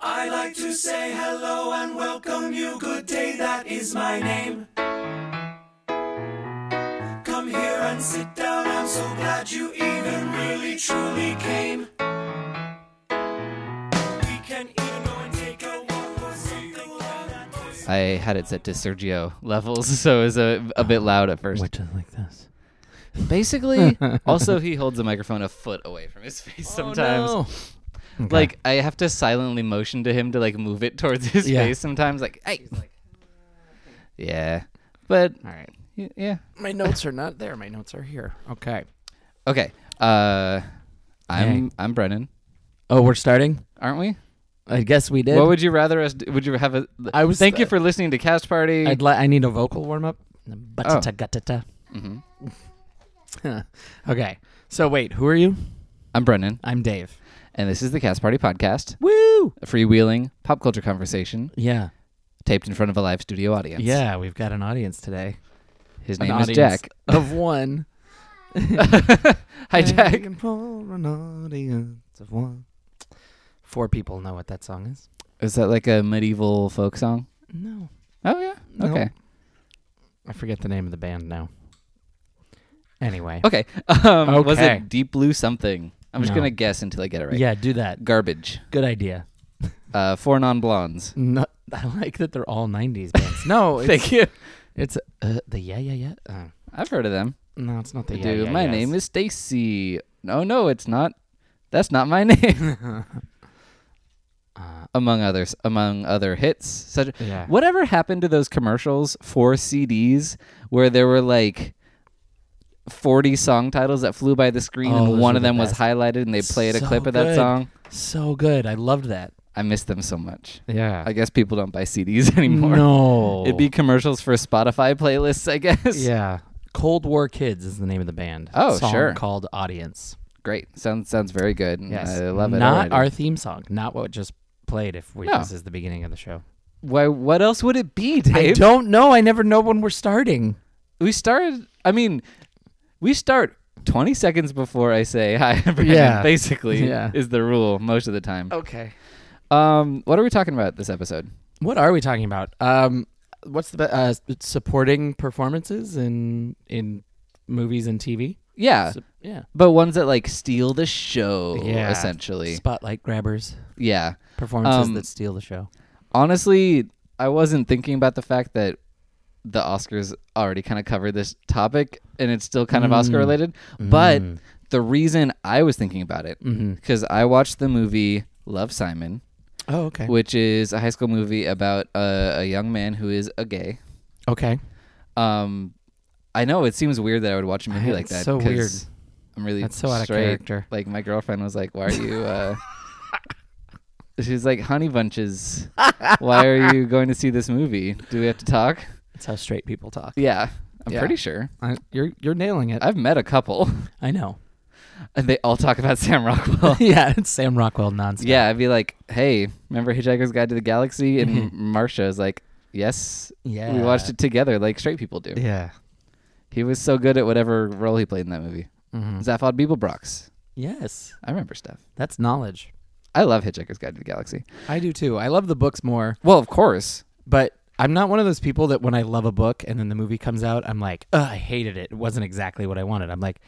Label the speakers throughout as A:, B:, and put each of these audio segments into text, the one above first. A: I like to say hello and welcome you. Good day, that is my name. Come here and sit down. I'm so glad you even really truly came. We can even go and take a walk or something while that is-
B: I had it set to Sergio levels, so it was a, a bit loud at first.
C: Which is like this.
B: Basically, also he holds the microphone a foot away from his face sometimes.
C: Oh, Okay.
B: Like I have to silently motion to him to like move it towards his
C: Yeah.
B: face sometimes. Like, hey, yeah, but
C: all right.
B: y- yeah,
C: My notes are not there. My notes are here. Okay.
B: okay. Uh, I'm I'm Brennan,
C: Oh, we're starting.
B: aren't we?
C: I guess we did.
B: What would you rather us? Do? Would you have a?
C: I was-
B: Thank you for listening to Cast Party.
C: I'd li- I need a vocal warm up.
B: Mhm. Mm-hmm.
C: okay. So wait, who are you?
B: I'm Brennan,
C: I'm Dave.
B: and this is the Cast Party podcast,
C: Woo!
B: a freewheeling pop culture conversation
C: Yeah.
B: taped in front of a live studio audience.
C: Yeah, we've got an audience today.
B: his
C: An
B: name is
C: audience
B: Jack.
C: Of one.
B: Hi, Jack.
C: And for an audience of one. Four people know what that song is.
B: Is that like a medieval folk song?
C: No.
B: Oh yeah.
C: Nope.
B: Okay.
C: I forget the name of the band now. Anyway.
B: Okay. Um, Was
C: Okay.
B: it Deep Blue something? I'm just
C: No.
B: gonna guess until I get it right.
C: Yeah, do that.
B: Garbage.
C: Good idea.
B: Uh, four non blondes.
C: No, I like that they're all '90s bands. No, it's,
B: Thank you.
C: it's uh, the yeah yeah yeah. Uh,
B: I've heard of them.
C: no, it's not the
B: They
C: yeah,
B: do.
C: yeah
B: my
C: yes.
B: name is Stacy. No, no, it's not. That's not my name. among others, among other hits, such
C: Uh, Yeah.
B: whatever happened to those commercials for CDs where there were like. 40 song titles that flew by the screen
C: Oh,
B: and
C: those
B: one
C: were
B: of
C: the
B: them was
C: best.
B: highlighted and they played a
C: So
B: clip of that
C: good.
B: song.
C: So good. I loved that.
B: I miss them so much.
C: Yeah.
B: I guess people don't buy CDs anymore.
C: no.
B: It'd be commercials for Spotify playlists, I guess.
C: yeah. Cold War Kids is the name of the band.
B: Oh,
C: Song
B: sure.
C: Called Audience.
B: Great. Sounds sounds very good. and
C: Yes.
B: I love it.
C: Not
B: already.
C: our theme song. Not what just played. If we,
B: No.
C: this is the beginning of the show.
B: Why what else would it be,
C: I
B: Dave?
C: don't know. I never know when we're starting.
B: We started I mean, we start 20 seconds before I say hi. Brandon,
C: Yeah.
B: Basically
C: Yeah.
B: is the rule most of the time.
C: Okay.
B: Um what are we talking about this episode?
C: What are we talking about? Um, what's the be- uh, s- supporting performances in in movies and TV?
B: Yeah.
C: Sup- yeah,
B: but ones that like steal the show
C: Yeah.
B: essentially.
C: spotlight grabbers,
B: Yeah.
C: performances
B: Um,
C: that steal the show.
B: honestly, I wasn't thinking about the fact that the Oscars already kind of covered this topic and it's still kind of
C: Mm.
B: Oscar related. But the reason I was thinking about it,
C: Mm-hmm.
B: because I watched the movie Love Simon,
C: Oh, okay.
B: which is a high school movie about a, a young man who is a gay.
C: okay.
B: Um, I know it seems weird that I would watch a movie like
C: it's
B: that.
C: so
B: 'cause
C: weird.
B: I'm really
C: That's so out of
B: straight.
C: character.
B: Like my girlfriend was like, "Why are you?" Uh, she's like, "Honey bunches, why are you going to see this movie? Do we have to talk?"
C: That's how straight people talk.
B: Yeah, I'm
C: Yeah.
B: pretty sure.
C: I, you're you're nailing it. I,
B: I've met a couple,
C: know.
B: and they all talk about Sam Rockwell.
C: yeah, it's Sam Rockwell nonsense.
B: yeah, I'd be like, "Hey, remember Hitchhiker's Guide to the Galaxy?" And Marsha is like, "Yes,
C: Yeah.
B: we watched it together, like straight people do."
C: Yeah.
B: He was so good at whatever role he played in that movie. Zaphod Beeblebrox.
C: Yes,
B: I remember stuff.
C: that's knowledge.
B: I love Hitchhiker's Guide to the Galaxy.
C: I do too. I love the books more,
B: Well, of course.
C: but I'm not one of those people that when I love a book and then the movie comes out, I'm like, Ugh, I hated it. It wasn't exactly what I wanted. I'm like,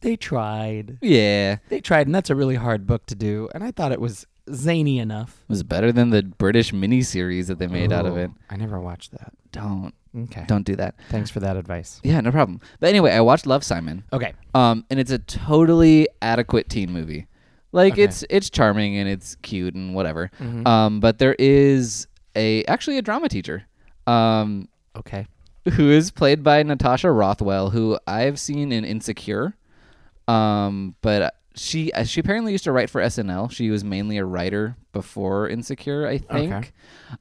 C: they tried.
B: Yeah.
C: They tried, and that's a really hard book to do. And I thought it was zany enough.
B: It was better than the British miniseries that they made out of it.
C: I never watched that.
B: Don't
C: Okay.
B: don't do that.
C: Thanks for that advice.
B: Yeah, no problem. But anyway, I watched Love Simon.
C: Okay.
B: Um, and it's a totally adequate teen movie. Like
C: Okay.
B: it's it's charming and it's cute and whatever. Um, but there is a actually a drama teacher. Um,
C: Okay.
B: who is played by Natasha Rothwell, who I've seen in Insecure. Um, but she uh, she apparently used to write for SNL. She was mainly a writer before Insecure, I think.
C: Okay.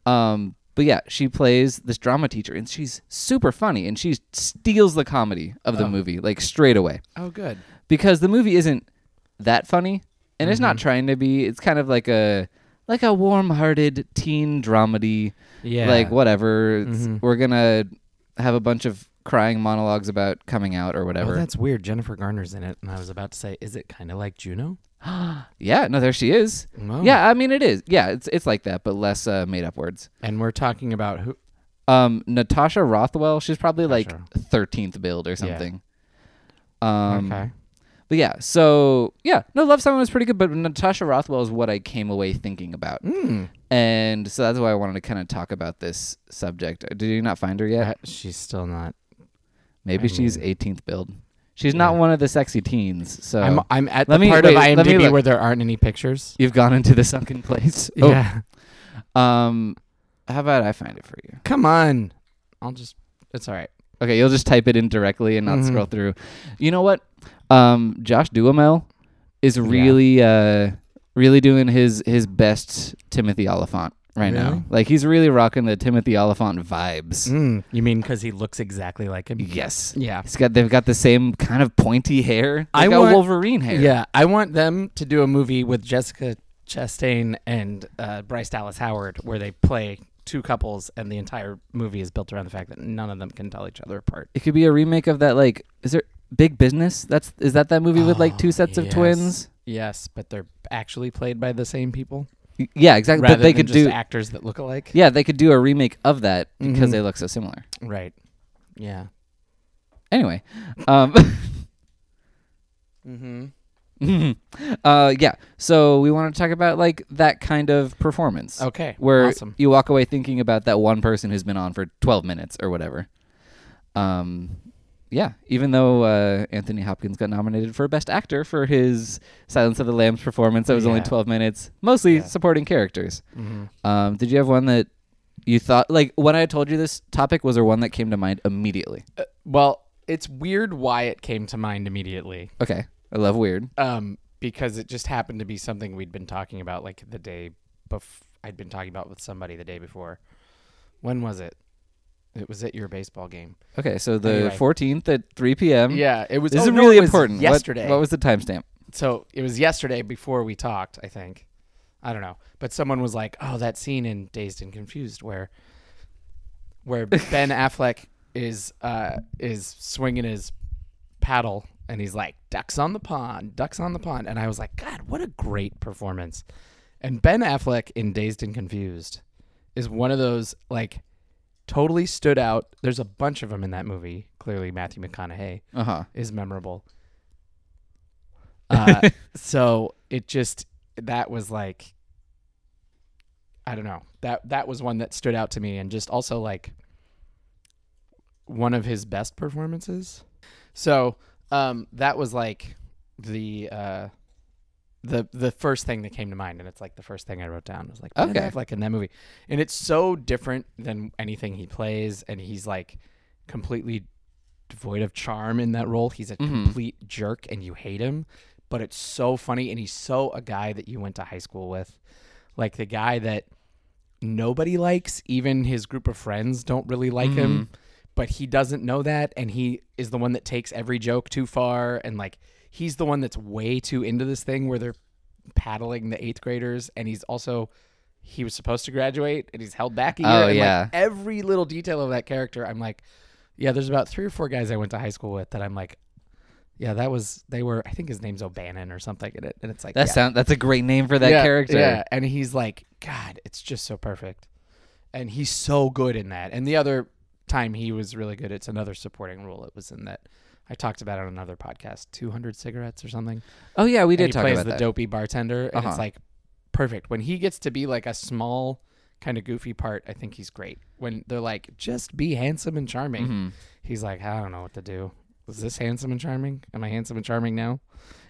B: Um, but yeah, she plays this drama teacher, and she's super funny, and she steals the comedy of the movie like straight away
C: Oh, good.
B: because the movie isn't that funny and it's
C: Mm-hmm.
B: not trying to be it's kind of like a like a warm-hearted teen dramedy
C: Yeah. Mm-hmm.
B: like whatever it's- we're gonna have a bunch of crying monologues about coming out or
C: Oh,
B: whatever
C: that's weird. Jennifer Garner's in it, and I was about to say, is it kind of like Juno?
B: Yeah, no, there she is.
C: Wow.
B: Yeah, I mean it is. Yeah, it's it's like that, but less uh, made up words.
C: And we're talking about who?
B: Um, Natasha Rothwell, she's probably
C: Natasha.
B: like thirteenth build or something. Um,
C: okay.
B: but yeah, so yeah, no, Love Simon was pretty good, but Natasha Rothwell is what I came away thinking about,
C: Hmm.
B: and so that's why I wanted to kind of talk about this subject. Did you not find her yet?
C: Uh, she's still not.
B: Maybe she's 18th build. She's not one of the sexy teens, so
C: I'm I'm at
B: uh, Let
C: the
B: me-
C: part of
B: wait, let me
C: IMDb
B: look.
C: where there aren't any pictures.
B: you've gone into the sunken place. Oh,
C: Yeah.
B: Um, how about I find it for you?
C: Come on. I'll just. It's all right.
B: Okay, you'll just type it in directly and not scroll through. You know what? Um, Josh Duhamel is really, uh, really doing his his best Timothy Oliphant right now.
C: Really?
B: Like he's really Mm. rocking the Timothy Oliphant vibes.
C: You mean because he looks exactly like him?
B: Yes.
C: Yeah.
B: He's got they've got the same kind of pointy hair. They
C: I
B: got
C: want-
B: Wolverine hair.
C: Yeah. I want them to do a movie with Jessica Chastain and uh, Bryce Dallas Howard where they play two couples and the entire movie is built around the fact that none of them can tell each other apart.
B: It could be a remake of that like is there Big Business? That's is that that movie with like two sets of
C: Oh, yes.
B: twins?
C: Yes, but they're actually played by the same people
B: Y- Yeah, exactly.
C: rather
B: But they
C: than
B: could
C: just
B: do
C: actors that look alike.
B: Yeah, they could do a remake of that because they look so similar.
C: Right. Yeah.
B: Anyway, um,
C: Mm-hmm.
B: mhm. uh, yeah. So we want to talk about like that kind of performance.
C: Okay.
B: where
C: awesome.
B: you walk away thinking about that one person who's been on for 12 minutes or whatever. Um, yeah. Even though uh, Anthony Hopkins got nominated for Best Actor for his Silence of the Lambs performance, that was only
C: Yeah.
B: 12 minutes, mostly
C: Yeah.
B: supporting characters.
C: Mm-hmm.
B: Um, did you have one that you thought like when I told you this topic was there one that came to mind immediately?
C: Uh, well, it's weird why it came to mind immediately.
B: Okay. I love weird.
C: Um, because it just happened to be something we'd been talking about like the day bef- I'd been talking about with somebody the day before. When was it? It was at your baseball game.
B: Okay, so the
C: Anyway.
B: fourteenth at three p.m.
C: Yeah, it was.
B: this
C: oh,
B: is
C: no,
B: really
C: it was
B: important. What-
C: Yesterday.
B: what, was the timestamp?
C: so it was yesterday before we talked, I think. I don't know. But someone was like, "Oh, that scene in Dazed and Confused where where Ben Affleck is uh is swinging his paddle and he's like, "Ducks on the pond, ducks on the pond." And I was like, "God, what a great performance." And Ben Affleck in Dazed and Confused is one of those like totally stood out. There's a bunch of them in that movie. Clearly Matthew McConaughey
B: Uh huh.
C: is memorable. Uh, so it just that was like I don't know. That that was one that stood out to me and just also like one of his best performances. So um that was like the uh the the first thing that came to mind and it's like the first thing I wrote down was like Ben
B: Okay.
C: Affleck in that movie. And it's so different than anything he plays and he's like completely devoid of charm in that role. He's a complete jerk and you hate him, but it's so funny and he's so a guy that you went to high school with. Like the guy that nobody likes, even his group of friends don't really like
B: Mm-hmm.
C: him, but he doesn't know that and he is the one that takes every joke too far and like he's the one that's way too into this thing where they're paddling the 8th graders and he's also he was supposed to graduate and he's held back a year
B: Oh,
C: and, like,
B: yeah.
C: every little detail of that character I'm like yeah, there's about three or four guys I went to high school with that I'm like, yeah, that was they were. I think his name's O'Bannon or something, and, it, and it's like
B: That
C: yeah,
B: sound. That's a great name for that
C: yeah,
B: character.
C: Yeah, and he's like, God, it's just so perfect, and he's so good in that. And the other time he was really good, it's another supporting role. It was in that I talked about on another podcast, 200 cigarettes or something.
B: Oh yeah, we
C: And
B: did
C: he
B: talk
C: plays
B: about
C: the
B: that.
C: dopey bartender, and
B: Uh-huh.
C: it's like perfect when he gets to be like a small kind of goofy part. I think he's great when they're like, just be handsome and charming.
B: Mhm.
C: He's like, I don't know what to do. Is this handsome and charming? Am I handsome and charming now?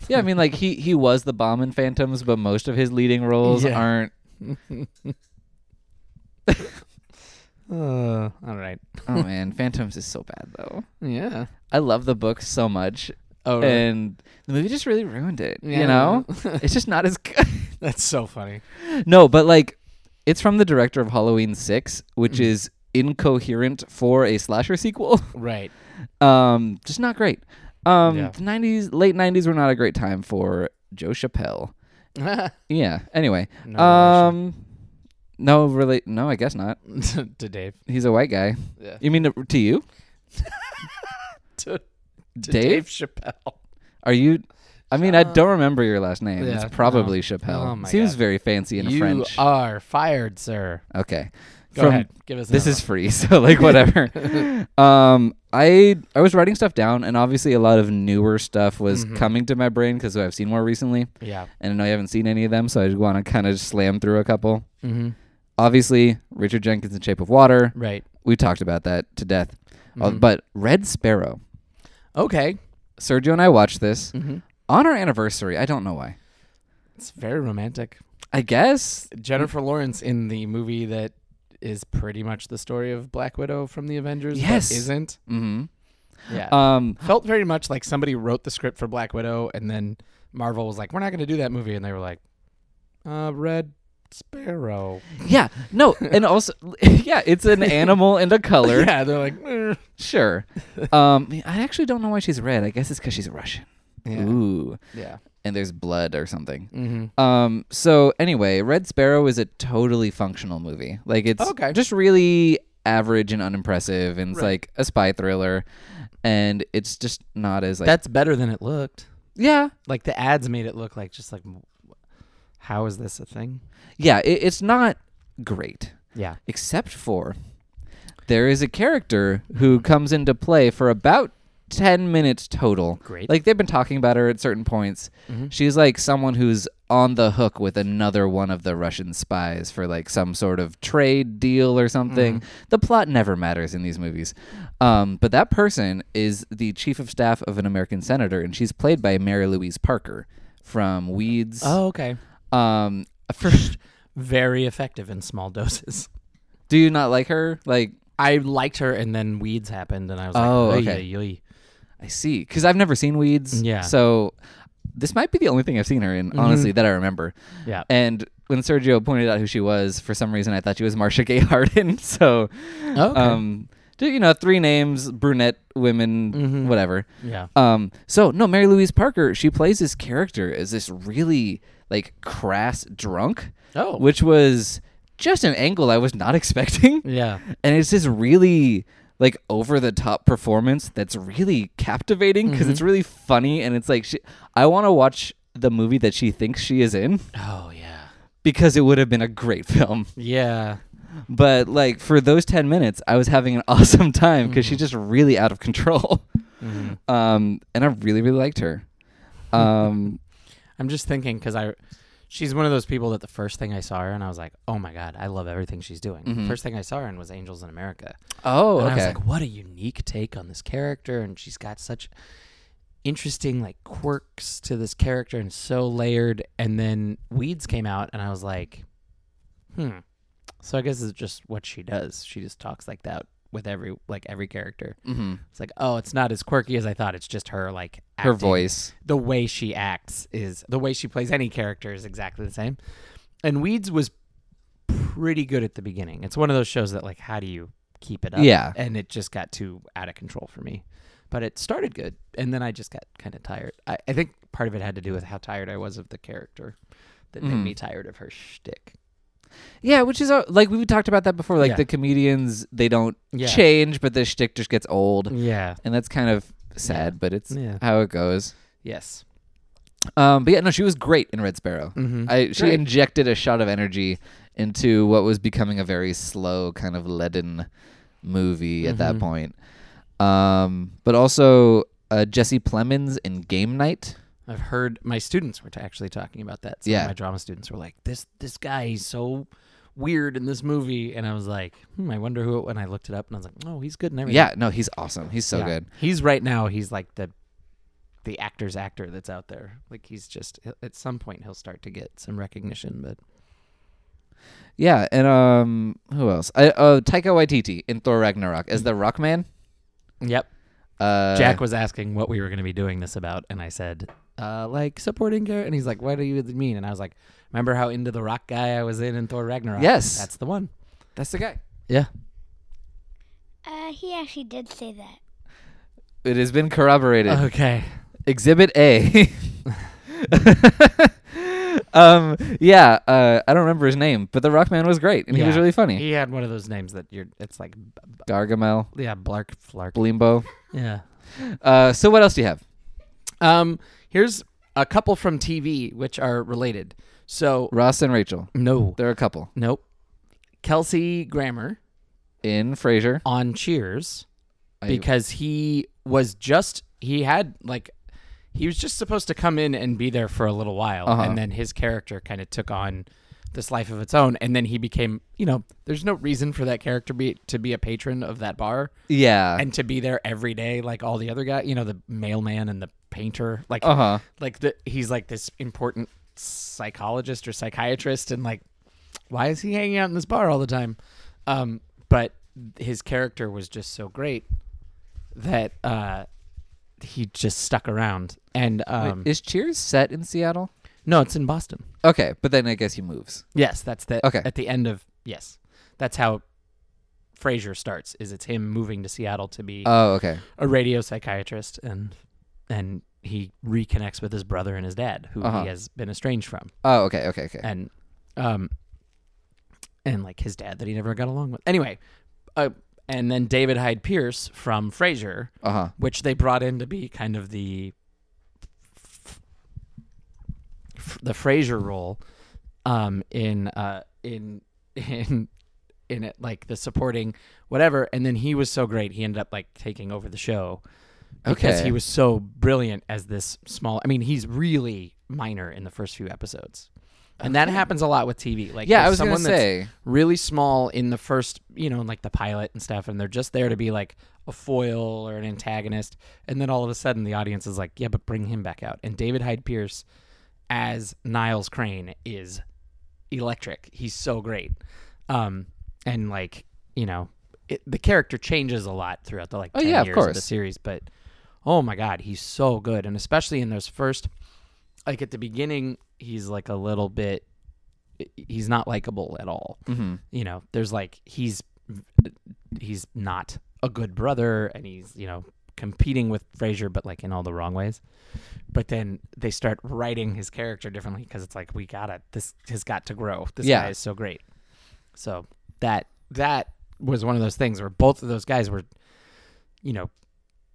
B: Yeah, I mean, like he he was the bomb in Phantoms, but most of his leading roles
C: Yeah.
B: aren't.
C: Uh, all right.
B: Oh man, Phantoms is so bad though.
C: Yeah.
B: I love the book so much,
C: Oh,
B: and the movie just really ruined it.
C: Yeah.
B: You know, it's just not as good.
C: that's so funny.
B: No, but like it's from the director of Halloween 6, which
C: Mm.
B: is incoherent for a slasher sequel.
C: Right.
B: um just not great. Um
C: Yeah.
B: the 90s late 90s were not a great time for Joe Chappelle. Yeah, anyway.
C: No
B: um no really no, I guess not.
C: to Dave.
B: He's a white guy.
C: Yeah.
B: You mean to, to you?
C: To, to
B: Dave?
C: Chappelle.
B: Are you I mean, I don't remember your last name.
C: Yeah,
B: it's probably
C: no.
B: Chappelle.
C: Oh my
B: Seems
C: God.
B: very fancy in
C: you
B: French.
C: are fired, sir.
B: okay.
C: Go
B: From-
C: ahead. Give us
B: This
C: another
B: is free, so like whatever. um, I I was writing stuff down, and obviously a lot of newer stuff was
C: Mm-hmm.
B: coming to my brain because I've seen more recently,
C: one. yeah.
B: and I know you haven't seen any of them, so I want to kind of slam through a couple.
C: Mm-hmm.
B: Obviously, Richard Jenkins in Shape of Water.
C: Right.
B: We talked about that to death. Uh,
C: Mm-hmm.
B: but Red Sparrow.
C: Okay.
B: Sergio and I watched this
C: Mm-hmm.
B: on our anniversary. I don't know why.
C: It's very romantic.
B: I guess
C: Jennifer Lawrence in the movie that is pretty much the story of Black Widow from the Avengers. but
B: Yes.
C: isn't.
B: hmm
C: Yeah.
B: Um,
C: Felt very much like somebody wrote the script for Black Widow, and then Marvel was like, "We're not going to do that movie," and they were like, uh, "Red Sparrow."
B: yeah, no, and also, yeah, it's an animal and a color.
C: Yeah, they're like, "Eh."
B: Sure. Um, I actually don't know why she's red. I guess it's because she's Russian.
C: yeah,
B: Ooh,
C: yeah.
B: and there's blood or something.
C: Mm-hmm.
B: Um, so anyway, Red Sparrow is a totally functional movie. Like it's
C: Okay.
B: just really average and unimpressive, and it's
C: Right.
B: like a spy thriller, and it's just not as like
C: That's better than it looked.
B: yeah,
C: Like the ads made it look like just like, wh- how is this a thing?
B: yeah. It, it's not great.
C: Yeah.
B: except for there is a character who comes into play for about 10 minutes total.
C: Great. Mm-hmm.
B: Like they've been talking about her at certain points. She's like someone who's on the hook with another one of the Russian spies for like some sort of trade deal or something.
C: Mm-hmm.
B: The plot never matters in these movies. Um, but that person is the chief of staff of an American senator, and she's played by Mary Louise Parker from Weeds.
C: Oh, okay.
B: Um, first,
C: Very effective in small doses.
B: do you not like her? Like,
C: I liked her, and then weeds happened, and I was
B: Oh,
C: like, "Oy,
B: okay.
C: oy, oy."
B: I see. Because I've never seen Weeds.
C: Yeah. Mm-hmm.
B: So this might be the only thing I've seen her in, honestly, that I remember.
C: Yeah.
B: And when Sergio pointed out who she was, for some reason I thought she was Marcia Gay Harden. So,
C: Oh, Okay.
B: um, d- you know, three names, brunette women,
C: Mm-hmm.
B: whatever.
C: yeah.
B: Um, so no, Mary Louise Parker, she plays this character as this really like crass drunk.
C: Oh.
B: Which was just an angle I was not expecting
C: Yeah.
B: and it's this really like over the top performance that's really captivating because it's really funny and it's like she, I want to watch the movie that she thinks she is in
C: Oh yeah.
B: because it would have been a great film.
C: Yeah.
B: But like for those 10 minutes I was having an awesome time because she's just really out of control. Um and I really really liked her. Um
C: I'm just thinking because I, she's one of those people that the first thing I saw her and I was like, oh my god, I love everything she's doing. First thing I saw her in was Angels in America.
B: oh
C: and I was
B: okay.
C: like, what a unique take on this character, and she's got such interesting like quirks to this character and so layered. And then Weeds came out, and I was like, hmm. So I guess it's just what she does. She just talks like that with every like every character.
B: hmm
C: It's like, oh, it's not as quirky as I thought. It's just her like
B: Her
C: acting.
B: voice.
C: The way she acts is the way she plays any character is exactly the same. And Weeds was pretty good at the beginning. It's one of those shows that like, how do you keep it up?
B: Yeah.
C: And it just got too out of control for me. But it started good, and then I just got kind of tired. I, I think part of it had to do with how tired I was of the character that made
B: Mhm.
C: me tired of her shtick.
B: Yeah, which is uh, like we talked about that before like
C: Yeah.
B: the comedians they don't
C: Yeah.
B: change but the shtick just gets old.
C: Yeah.
B: and that's kind of sad, but it's
C: Yeah.
B: how it goes.
C: Yes.
B: Um, but yeah, no, she was great in Red Sparrow.
C: Mm-hmm.
B: I she
C: Great.
B: injected a shot of energy into what was becoming a very slow, kind of leaden movie at that
C: Mhm.
B: point. Um, but also uh, Jesse Plemons in Game Night.
C: I've heard my students were t- actually talking about that. Some
B: Yeah.
C: of my drama students were like, "This this guy is so weird in this movie," and I was like, hmm, "I wonder who." it- And I looked it up, and I was like, "Oh, he's good and everything."
B: Yeah, no, he's awesome. He's so
C: Yeah.
B: good.
C: He's right now. He's like the the actor's actor that's out there. Like he's just at some point he'll start to get some recognition, but
B: Yeah, and um, who else? I, uh, Taika Waititi in Thor Ragnarok as the Rock Man.
C: yep.
B: Uh,
C: Mm. Jack was asking what we were going to be doing this about, and I said, uh, like supporting character. And he's like, "What do you mean?" And I was like, "Remember how into the rock guy I was in in Thor Ragnarok?
B: Yes.
C: that's the one.
B: that's the guy.
C: Yeah,
D: Uh, he actually did say that.
B: It has been
C: Uh-huh.
B: corroborated.
C: Okay.
B: Exhibit A. um, yeah, uh, I don't remember his name, but the Rockman was great, and he was
C: Yeah.
B: really funny.
C: He had one of those names that you're. It's like, b- b-
B: Gargamel,
C: yeah, Blark Flark.
B: Blimbo.
C: Yeah.
B: Uh, so what else do you have?
C: Um. Here's a couple from TV which are related. So
B: Ross and Rachel.
C: no,
B: They're a couple
C: nope. Kelsey Grammer
B: in Frasier.
C: on Cheers
B: I-
C: because he was just he had like he was just supposed to come in and be there for a little while
B: Uh-huh.
C: and then his character kind of took on this life of its own and then he became you know there's no reason for that character be to be a patron of that bar
B: Yeah.
C: and to be there every day like all the other guy you know the mailman and the painter like
B: uh huh.
C: like the he's like this important psychologist or psychiatrist and like why is he hanging out in this bar all the time um but his character was just so great that uh he just stuck around and um
B: Is Cheers set in Seattle?
C: no it's in boston
B: Okay, but then I guess he moves.
C: yes that's the
B: Okay.
C: at the end of yes that's how frasier starts is it's him moving to seattle to be
B: Oh, okay.
C: a radio psychiatrist and and he reconnects with his brother and his dad who
B: Uh-huh.
C: he has been estranged from
B: Oh, okay, okay, okay.
C: and um and like his dad that he never got along with. Anyway, uh, and then David Hyde Pierce from Frasier,
B: Uh huh.
C: which they brought in to be kind of the f- the Frasier role um in uh in in in it like the supporting whatever and then he was so great he ended up like taking over the show because
B: Okay.
C: he was so brilliant as this small I mean he's really minor in the first few episodes. And that happens a lot with TV. Like
B: Yeah,
C: there's
B: I was gonna
C: someone that's
B: say.
C: really small in the first, you know, in like the pilot and stuff, and they're just there to be like a foil or an antagonist, and then all of a sudden the audience is like, yeah, but bring him back out. And David Hyde Pierce as Niles Crane is electric. He's so great, um, and like you know, it, the character changes a lot throughout the like
B: Oh,
C: 10
B: yeah, of
C: years the
B: course.
C: series, but oh my god, he's so good, and especially in those first, like at the beginning, he's like a little bit. He's not likable at all
B: hmm
C: you know, there's like he's he's not a good brother, and he's you know competing with Frasier, but like in all the wrong ways. But then they start writing his character differently because it's like we gotta this has got to grow. This
B: Yeah.
C: guy is so great. So that that was one of those things where both of those guys were, you know,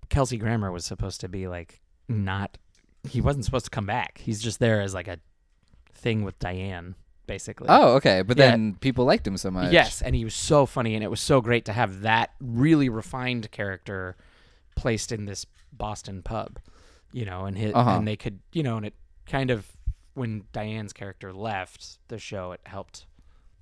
C: Kelsey Grammer was supposed to be like not he wasn't supposed to come back. He's just there as like a thing with Diane basically.
B: Oh, okay. But
C: Yeah.
B: then people liked him so much.
C: Yes, and he was so funny, and it was so great to have that really refined character placed in this Boston pub, you know, and hit,
B: Uh-huh.
C: and they could, you know, and it kind of when Diane's character left the show, it helped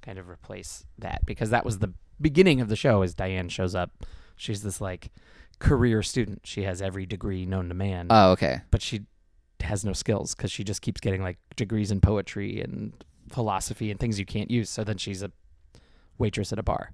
C: kind of replace that because that was the beginning of the show. As Diane shows up, she's this like career student. She has every degree known to man,
B: Oh, okay.
C: but she has no skills because she just keeps getting like degrees in poetry and philosophy and things you can't use. So then she's a waitress at a bar.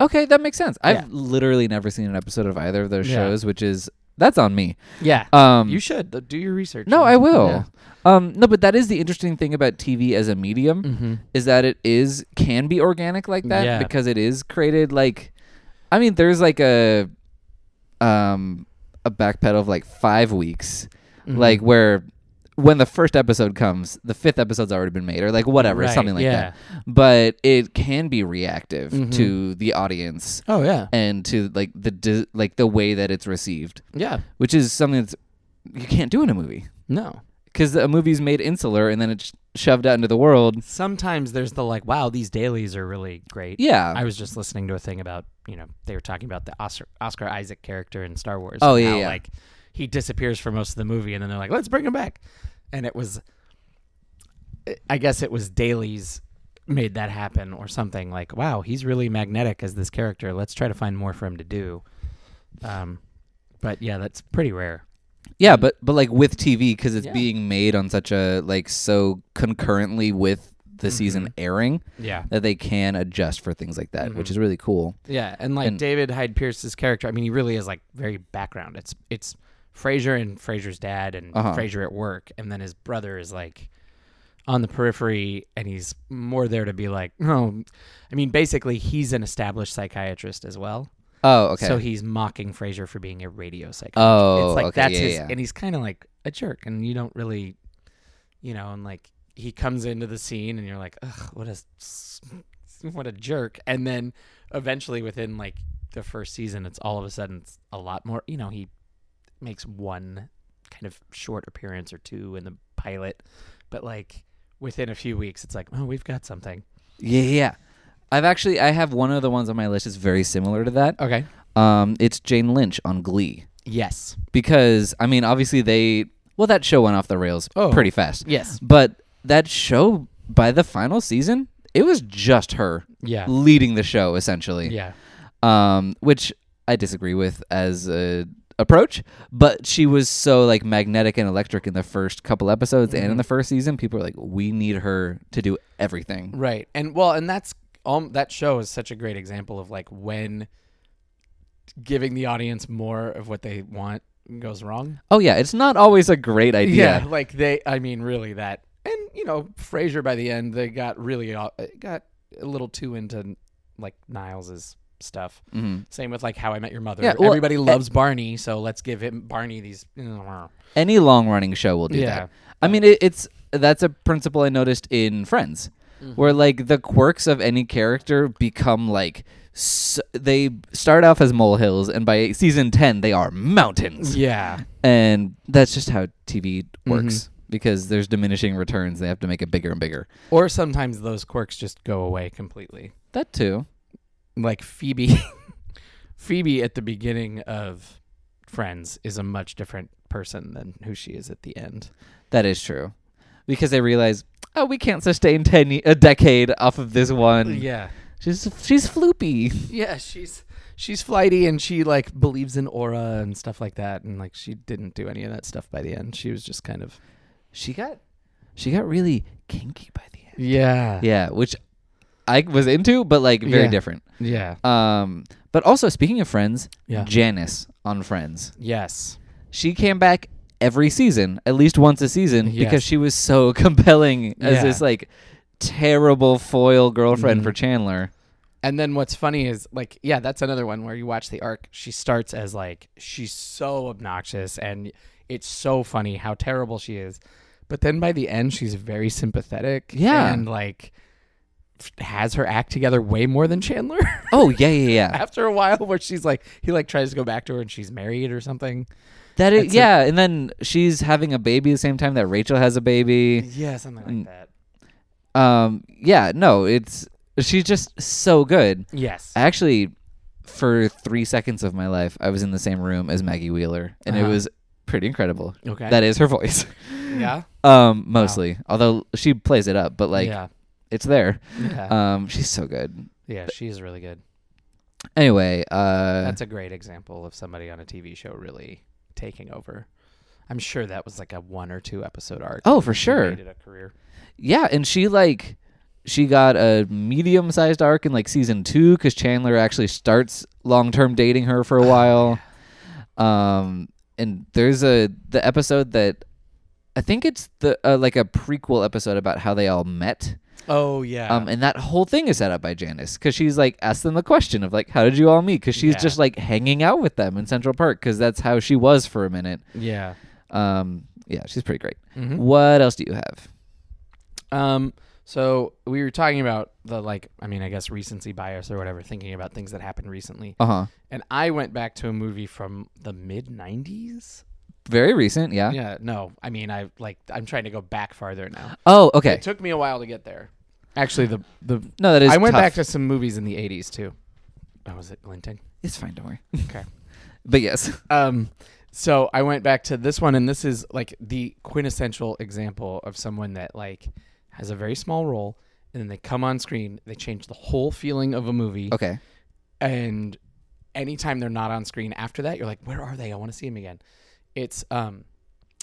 B: Okay, that makes sense. I've
C: Yeah.
B: literally never seen an episode of either of those
C: Yeah.
B: shows, which is that's on me.
C: Yeah,
B: Um,
C: you should uh, do your research.
B: no, I will.
C: Yeah.
B: Um, no, but that is the interesting thing about TV as a medium is that it is can be organic like that
C: Mm-hmm. Yeah.
B: because it is created like, I mean, there's like a, um, a backpedal of like five weeks,
C: Mm-hmm.
B: like where when the first episode comes, the fifth episode's already been made or like whatever,
C: Right,
B: something like
C: yeah. Mm-hmm.
B: that. But it can be reactive to the audience
C: Oh yeah,
B: and to like the di- like the way that it's received,
C: yeah.
B: which is something that's you can't do in a movie
C: No,
B: because a movie's made insular and then it's sh- shoved out into the world.
C: sometimes there's the like, wow, these dailies are really great.
B: Yeah.
C: I was just listening to a thing about you know they were talking about the Oscar, Oscar Isaac character in Star Wars.
B: Oh,
C: and
B: yeah,
C: how,
B: yeah.
C: like he disappears for most of the movie, and then they're like, let's bring him back, and it was, I guess it was dailies made that happen or something like, wow, he's really magnetic as this character. Let's try to find more for him to do. Um, but yeah, that's pretty rare.
B: yeah, but but like with TV because it's
C: Mm. Yeah.
B: being made on such a like so concurrently with the
C: Mm-hmm.
B: season airing
C: Yeah.
B: that they can adjust for things like that,
C: Mm-hmm.
B: which is really cool.
C: Yeah, and like
B: And-
C: David Hyde Pierce's character, I mean, he really is like very background. It's it's Frasier and Frasier's dad and
B: Uh-huh.
C: Frasier at work, and then his brother is like on the periphery, and he's more there to be like, oh, I mean, basically, he's an established psychiatrist as well.
B: Oh, okay.
C: So he's mocking Frasier for being a radio psychiatrist.
B: Oh,
C: it's like
B: okay,
C: that's
B: yeah,
C: his,
B: yeah.
C: and he's kind of like a jerk, and you don't really, you know, and like he comes into the scene, and you're like, ugh, what a, s- what a jerk, and then eventually within like the first season, it's all of a sudden it's a lot more. You know, he makes one kind of short appearance or two in the pilot, but like within a few weeks, it's like, oh, we've got something.
B: Yeah, yeah, yeah. I've actually I have one of the ones on my list is very similar to that.
C: Okay.
B: Um, it's Jane Lynch on Glee
C: Yes.
B: because I mean obviously they well that show went off the rails
C: Oh.
B: pretty fast.
C: Yes.
B: But that show by the final season, it was just her
C: Yeah.
B: leading the show essentially.
C: Yeah.
B: Um, which I disagree with as a approach, but she was so like magnetic and electric in the first couple episodes and in the first season, people were like we need her to do everything.
C: Right. And well, and that's um that show is such a great example of like when giving the audience more of what they want goes wrong.
B: Oh yeah, it's not always a great idea.
C: like they I mean really that. And you know, Frasier by the end they got really uh, got a little too into like Niles's stuff.
B: Mhm.
C: Same with like How I Met Your Mother.
B: Yeah, well, eh
C: Everybody
B: a-
C: loves Barney, so let's give him Barney these
B: Any long running show will do
C: Yeah.
B: that. I mean, it, it's that's a principle I noticed in Friends, where like the quirks of any character become like s they start off as molehills, and by season ten they are mountains,
C: Yeah.
B: and that's just how TV works because there's diminishing returns. They have to make it bigger and bigger.
C: Or sometimes those quirks just go away completely.
B: That too.
C: like Phoebe Phoebe at the beginning of Friends is a much different person than who she is at the end.
B: That is true, because they realize. Oh, we can't sustain ten ye- a decade off of this one.
C: Yeah.
B: She's she's floopy.
C: Hmm. Yeah, she's she's flighty and she like believes in aura and stuff like that and like she didn't do any of that stuff by the end. She was just kind of
B: she got she got really kinky by the end.
C: Yeah.
B: Yeah, which I was into, but like very
C: Yeah.
B: different.
C: Yeah.
B: Um, but also speaking of Friends,
C: Yeah.
B: Janice on Friends,
C: Yes.
B: she came back every season, at least once a season,
C: Yes.
B: because she was so compelling as
C: Yeah. Mm-hmm.
B: this like terrible foil girlfriend for Chandler.
C: And then what's funny is like, yeah, that's another one where you watch the arc. She starts as like she's so obnoxious and it's so funny how terrible she is. But then by the end she's very sympathetic.
B: Yeah.
C: And like f- has her act together way more than Chandler.
B: Oh yeah, yeah, yeah.
C: After a while where she's like he like tries to go back to her and she's married or something.
B: That is,
C: That's a-
B: yeah, and then she's having a baby the same time that Rachel has a baby.
C: Yeah, something like that.
B: Um, yeah, no, it's she's just so good.
C: Yes.
B: Actually, for three seconds of my life, I was in the same room as Maggie Wheeler, and it
C: Uh-huh.
B: was pretty incredible.
C: Okay.
B: That is her voice,
C: yeah.
B: um, mostly. Although she plays it up, but like
C: yeah.
B: it's there.
C: Yeah.
B: Um, she's so good.
C: yeah, she is really good.
B: Anyway, uh,
C: That's a great example of somebody on a TV show really taking over. I'm sure that was like a one or two episode arc.
B: oh for
C: She
B: sure,
C: made it a career.
B: yeah. And she like she got a medium sized arc in like season two because Chandler actually starts long term dating her for a
C: Oh,
B: while. Um, and there's a the episode that I think it's the uh, like a prequel episode about how they all met.
C: Oh yeah.
B: Um, and that whole thing is set up by Janice because she's like asked them the question of like, how did you all meet? Because she's
C: Yeah.
B: just like hanging out with them in Central Park because that's how she was for a minute.
C: yeah.
B: Um, yeah, she's pretty great.
C: Mhm.
B: What else do you have?
C: Um. So we were talking about the like. I mean, I guess recency bias or whatever. Thinking about things that happened recently.
B: Uh huh.
C: And I went back to a movie from the mid '90s.
B: Very recent, yeah.
C: Yeah. No. I mean, I like. I'm trying to go back farther now.
B: Oh, okay.
C: It took me a while to get there. Actually, the the
B: No, that is.
C: I went
B: tough.
C: back to some movies in the '80s too. Oh, was it glinting?
B: It's fine. Don't worry.
C: Okay.
B: But yes.
C: Um, so I went back to this one, and this is like the quintessential example of someone that like has a very small role, and then they come on screen, they change the whole feeling of a movie.
B: Okay.
C: And anytime they're not on screen after that, you're like, where are they? I want to see them again. It's um,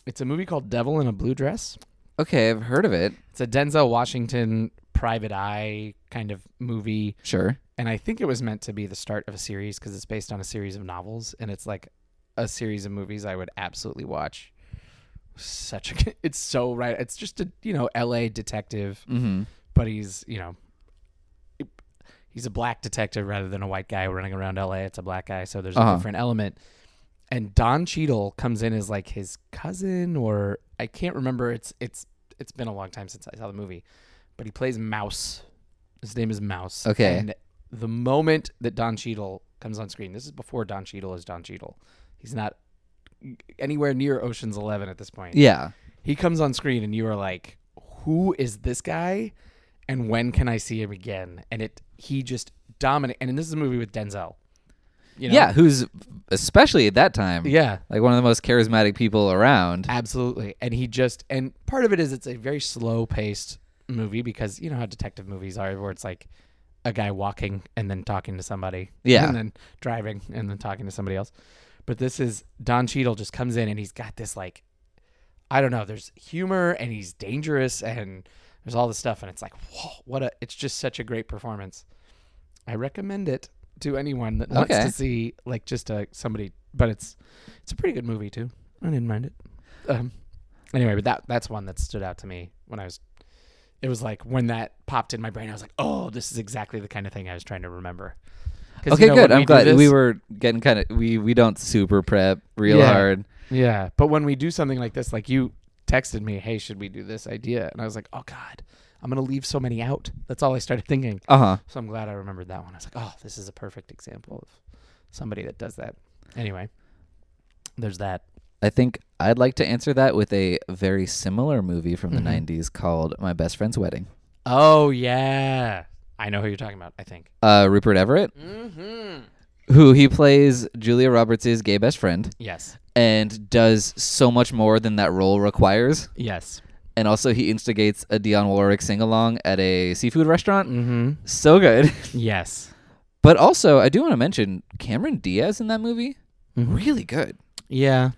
C: it's a movie called Devil in a Blue Dress.
B: Okay, I've heard of it.
C: It's a Denzel Washington private eye kind of movie
B: Sure.
C: and I think it was meant to be the start of a series because it's based on a series of novels, and it's like a series of movies I would absolutely watch. Such a, good- it's so right. It's just a you know L.A. detective,
B: Mm-hmm.
C: but he's you know, he's a black detective rather than a white guy running around L.A. It's a black guy, so there's
B: Uh-huh.
C: a different element. And Don Cheadle comes in as like his cousin, or I can't remember. It's it's it's been a long time since I saw the movie, but he plays Mouse. His name is Mouse.
B: Okay.
C: And the moment that Don Cheadle comes on screen, this is before Don Cheadle is Don Cheadle. He's not anywhere near Ocean's Eleven at this point.
B: Yeah.
C: He comes on screen and you are like, who is this guy? And when can I see him again? And it he just dominate. And this is a movie with Denzel. You know?
B: Yeah, who's especially at that time.
C: Yeah.
B: like one of the most charismatic people around.
C: Absolutely. And he just and part of it is it's a very slow paced movie because you know how detective movies are where it's like a guy walking and then talking to somebody.
B: Yeah.
C: And then driving and then talking to somebody else. But this is Don Cheadle just comes in and he's got this like I don't know, there's humor and he's dangerous and there's all this stuff and it's like, whoa, what a it's just such a great performance. I recommend it to anyone that wants
B: Okay.
C: to see like just a somebody but it's it's a pretty good movie too. I didn't mind it. Um, anyway, but that that's one that stood out to me when I was. It was like when that popped in my brain, I was like, "Oh, this is exactly the kind of thing I was trying to remember." 'Cause,
B: Okay,
C: you know,
B: good.
C: when
B: I'm
C: do
B: glad
C: this-
B: we were getting kind of we we don't super prep real
C: Yeah.
B: hard.
C: Yeah, but when we do something like this, like you texted me, "Hey, should we do this idea?" And I was like, "Oh God, I'm gonna leave so many out." That's all I started thinking.
B: Uh huh.
C: So I'm glad I remembered that one. I was like, "Oh, this is a perfect example of somebody that does that." Anyway, there's that.
B: I think I'd like to answer that with a very similar movie from the
C: Mhm.
B: '90s called My Best Friend's Wedding.
C: Oh yeah, I know who you're talking about. I think.
B: Uh, Rupert Everett,
C: Mm-hmm.
B: who he plays Julia Roberts' gay best friend,
C: Yes.
B: and does so much more than that role requires.
C: Yes.
B: And also, he instigates a Dionne Warwick sing along at a seafood restaurant.
C: Mm-hmm.
B: So good.
C: Yes.
B: But also, I do want to mention Cameron Diaz in that movie.
C: Mhm.
B: Really good.
C: Yeah.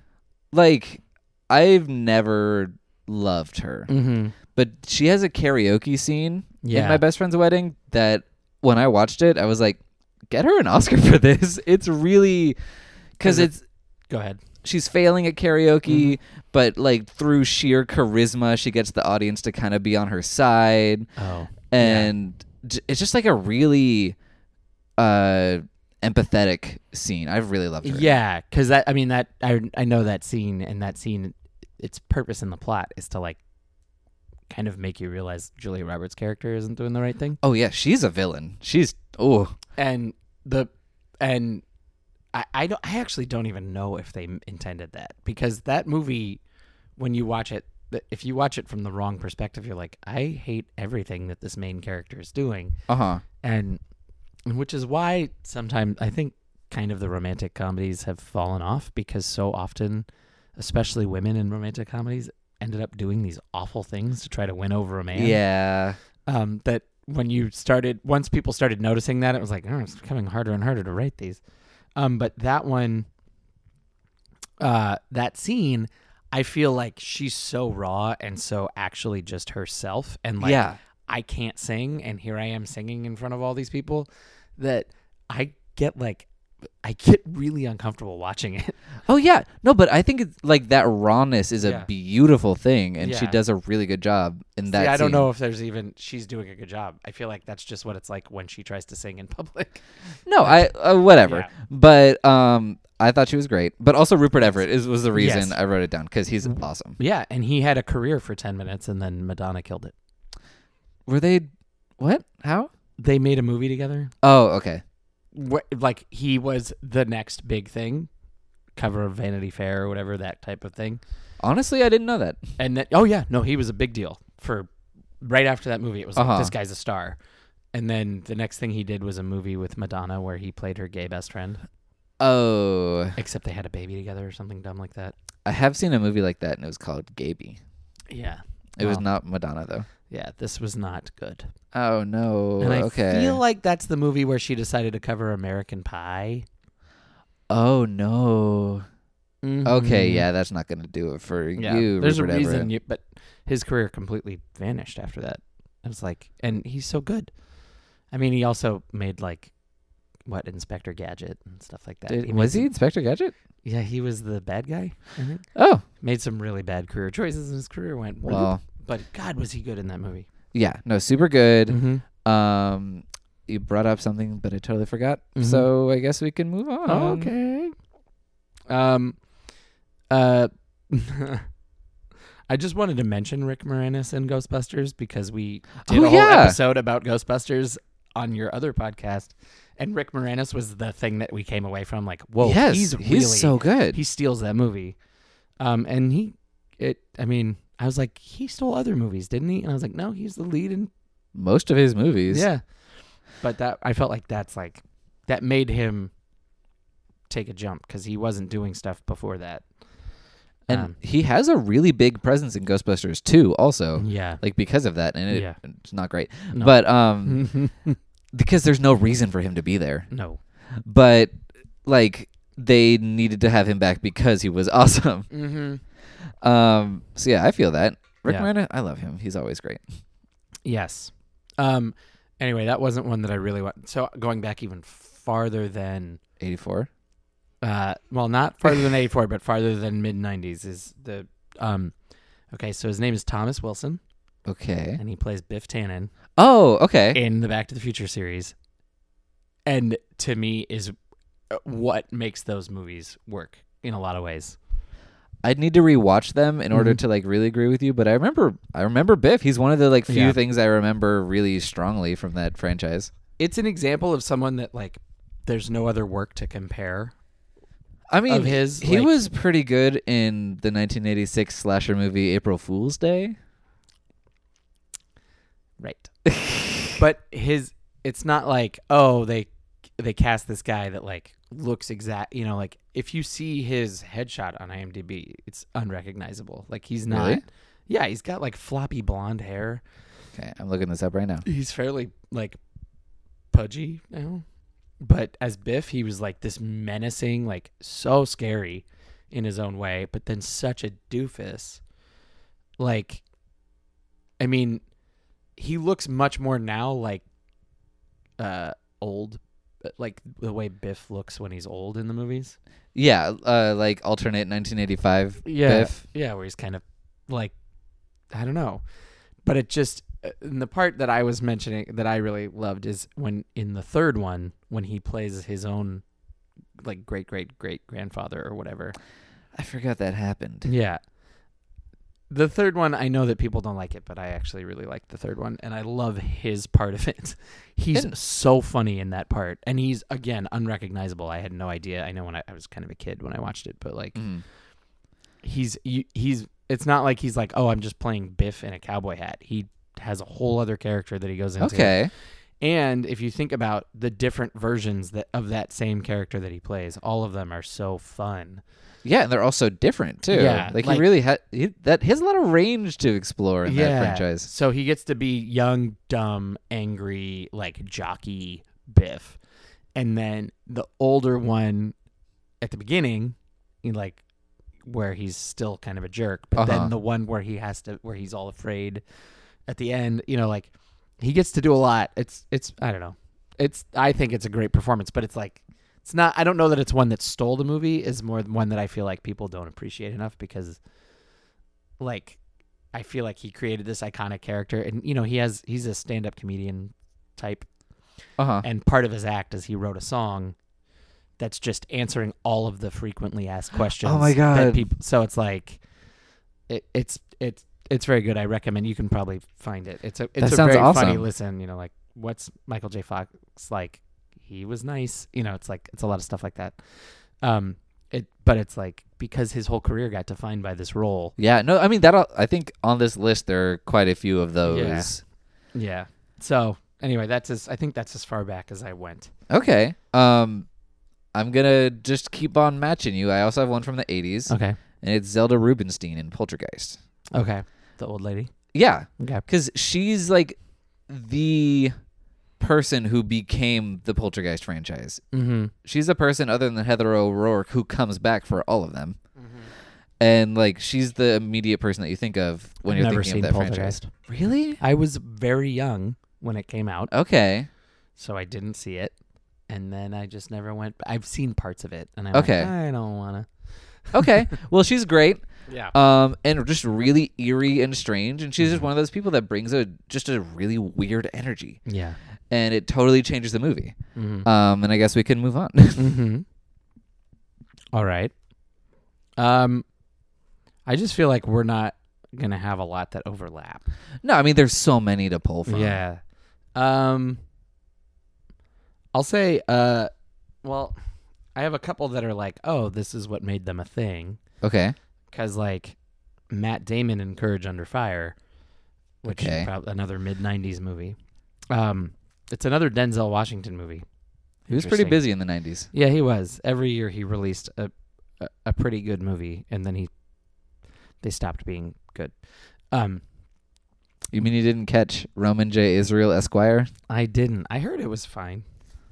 B: Like, I've never loved her,
C: Mm-hmm.
B: but she has a karaoke scene
C: Yeah.
B: in my best friend's wedding that when I watched it, I was like, get her an Oscar for this. It's really because
C: Is it-
B: it's
C: Go ahead.
B: she's failing at karaoke,
C: Mm-hmm.
B: but like through sheer charisma, she gets the audience to kind of be on her side,
C: Oh.
B: and j- it's just like a really uh empathetic scene. I've really loved her.
C: Yeah, because that I mean that I I know that scene and that scene, its purpose in the plot is to like, kind of make you realize Julia Roberts' character isn't doing the right thing,
B: Oh yeah, she's a villain. She's oh
C: and the and I I don't I actually don't even know if they m- intended that because that movie, when you watch it. th- If you watch it from the wrong perspective, you're like, I hate everything that this main character is doing.
B: uh huh.
C: and and which is why sometimes I think kind of the romantic comedies have fallen off because so often, especially women in romantic comedies, ended up doing these awful things to try to win over a man.
B: Yeah.
C: Um, that when you started, once people started noticing that, it was like, oh, it's becoming harder and harder to write these. Um, but that one, uh, that scene, I feel like she's so raw and so actually just herself and like
B: yeah.
C: I can't sing and here I am singing in front of all these people that I get like I get really uncomfortable watching it.
B: Oh yeah. No, but I think it's like that rawness is a
C: Yeah.
B: beautiful thing and she
C: Yeah.
B: does a really good job in that
C: See, I don't
B: scene.
C: know if there's even she's doing a good job. I feel like that's just what it's like when she tries to sing in public.
B: No, I uh, whatever.
C: Yeah.
B: But um, I thought she was great. But also Rupert Everett is was the reason
C: Yes. Mm-hmm.
B: I wrote it down because he's awesome.
C: Yeah, and he had a career for 10 minutes and then Madonna killed it.
B: Were they? What? How?
C: They made a movie together.
B: Oh, okay.
C: Wh- like he was the next big thing. Cover of Vanity Fair or whatever that type of thing.
B: Honestly, I didn't know that.
C: And then, oh yeah, no, he was a big deal for right after that movie. It was
B: Uh-huh.
C: like this guy's a star. And then the next thing he did was a movie with Madonna where he played her gay best friend.
B: Oh,
C: Except they had a baby together or something dumb like that.
B: I have seen a movie like that, and it was called Gaby.
C: Yeah,
B: It was
C: Wow.
B: not Madonna though.
C: yeah, this was not good.
B: Oh no.
C: and I
B: okay.
C: feel like that's the movie where she decided to cover American Pie.
B: oh no. Okay, yeah, that's not gonna do it for
C: Mm-hmm. yeah.
B: you,
C: There's
B: Rupert
C: a reason,
B: Everett.
C: you, but his career completely vanished after that. It was like, and he's so good. I mean, he also made like what Inspector Gadget and stuff like that.
B: Did-
C: made
B: was
C: some-
B: he Inspector Gadget?
C: Yeah, he was the bad guy. I think.
B: Oh,
C: Made some really bad career choices, and his career went well.
B: well,
C: But God, was he good in that movie?
B: yeah, no, super good.
C: Mm-hmm.
B: Um, you brought up something, but I totally forgot.
C: Mhm.
B: So I guess we can move on.
C: Oh, okay. Um, uh, I just wanted to mention Rick Moranis in Ghostbusters because we did
B: Oh,
C: a whole
B: yeah.
C: episode about Ghostbusters on your other podcast, and Rick Moranis was the thing that we came away from like, whoa,
B: yes,
C: he's
B: he's,
C: really
B: so good.
C: he steals that movie. Um, and he, it, I mean, I was like, he stole other movies, didn't he? And I was like, no, he's the lead in
B: Most of his movies.
C: yeah. But that I felt like that's like that made him take a jump because he wasn't doing stuff before that.
B: And
C: Um,
B: he has a really big presence in Ghostbusters 2 also.
C: yeah,
B: Like because of that and it,
C: Mm-hmm. Yeah.
B: it's not great.
C: No. Mm-hmm.
B: But um because there's no reason for him to be there.
C: no,
B: But like they needed to have him back because he was awesome.
C: mm-hmm.
B: Um so yeah, I feel that. Rick
C: Yeah.
B: Moranis, I love him. He's always great.
C: yes. Um. Anyway, that wasn't one that I really want. So going back even farther than
B: 84.
C: uh, well, not farther than 84, but farther than mid 90s is the. Um, okay, so his name is Thomas Wilson,
B: Okay.
C: and he plays Biff Tannen
B: Oh, okay.
C: in the Back to the Future series. And to me, is uh, what makes those movies work in a lot of ways.
B: I'd need to rewatch them in order
C: Mhm.
B: to like really agree with you, but I remember I remember Biff. He's one of the like few
C: Yeah.
B: things I remember really strongly from that franchise.
C: It's an example of someone that, like, there's no other work to compare.
B: I mean,
C: Of his,
B: he
C: like-
B: was pretty good in the 1986 slasher movie April Fool's Day.
C: Right. but his. It's not like, oh, they they cast this guy that, like, looks exact you know like if you see his headshot on imdb it's unrecognizable like he's not
B: Really?
C: yeah he's got like floppy blonde hair
B: Okay, I'm looking this up right now.
C: he's fairly like pudgy now but as biff he was like this menacing like so scary in his own way but then such a doofus like i mean he looks much more now like uh old like the way biff looks when he's old in the movies
B: Yeah, uh, like alternate 1985
C: yeah,
B: Biff.
C: Yeah, where he's kind of like, I don't know, but it just uh, and the part that I was mentioning that I really loved is when in the third one when he plays his own like great great great grandfather or whatever.
B: I forgot that happened.
C: Yeah. The third one, I know that people don't like it, but I actually really like the third one, and I love his part of it. He's
B: And-
C: so funny in that part, and he's again unrecognizable. I had no idea. I know when I, I was kind of a kid when I watched it, but like
B: Mm.
C: he's you, he's it's not like he's like oh i'm just playing biff in a cowboy hat he has a whole other character that he goes into
B: Okay.
C: and if you think about the different versions that of that same character that he plays all of them are so fun
B: Yeah, and they're all so different too.
C: Yeah,
B: like,
C: like-
B: he really had he, that. He has a lot of range to explore in that
C: Yeah.
B: franchise.
C: so he gets to be young dumb angry like jockey biff and then the older one at the beginning he like where he's still kind of a jerk but
B: Uh-huh.
C: then the one where he has to where he's all afraid at the end you know like he gets to do a lot it's it's i don't know it's i think it's a great performance but it's like it's not i don't know that it's one that stole the movie is more than one that i feel like people don't appreciate enough because like i feel like he created this iconic character and you know he has he's a stand-up comedian type
B: Uh huh.
C: and part of his act is he wrote a song that's just answering all of the frequently asked questions.
B: Oh my God.
C: That people, so it's like, it, it's it's it's very good. I recommend. You can probably find it. It's a it's a
B: sounds
C: very funny
B: awesome.
C: listen. You know, like what's Michael J. Fox like? He was nice. You know, it's like it's a lot of stuff like that. Um, it but it's like because his whole career got defined by this role.
B: Yeah. No, I mean that. I think on this list there are quite a few of those.
C: Yeah. So anyway, that's as I think that's as far back as I went.
B: Okay. Um, I'm gonna just keep on matching you. I also have one from the '80s,
C: Okay.
B: and it's Zelda Rubinstein in Poltergeist.
C: Okay. The old lady.
B: Yeah,
C: Okay.
B: because she's like the person who became the Poltergeist franchise.
C: Mm-hmm.
B: She's a person other than Heather O'Rourke who comes back for all of them,
C: Mm-hmm.
B: and like she's the immediate person that you think of when
C: I've
B: you're
C: never
B: thinking
C: seen
B: of that franchise. Really?
C: I was very young when it came out,
B: Okay.
C: so I didn't see it, and then I just never went. I've seen parts of it, and I'm
B: Okay.
C: like, I don't wanna. Uh,
B: Okay. well, she's great.
C: Yeah.
B: um, and just really eerie and strange. And she's
C: Mm-hmm.
B: just one of those people that brings a just a really weird energy,
C: Yeah.
B: and it totally changes the movie.
C: Mm-hmm.
B: Um, and I guess we can move on.
C: All right. Um, I just feel like we're not gonna have a lot that overlap.
B: no, I mean there's so many to pull from.
C: Yeah. Um I'll say uh well, I have a couple that are like, "Oh, this is what made them a thing."
B: Okay.
C: Cuz like Matt Damon in Courage Under Fire, which
B: Okay.
C: is prob- another mid '90s movie. Um, it's another Denzel Washington movie.
B: He was pretty
C: Interesting.
B: busy in the 90s.
C: Yeah, he was. Every year he released a a, a pretty good movie, and then he they stopped being good. Um,
B: You mean you didn't catch Roman J. Israel Esquire?
C: I didn't. I heard it was fine.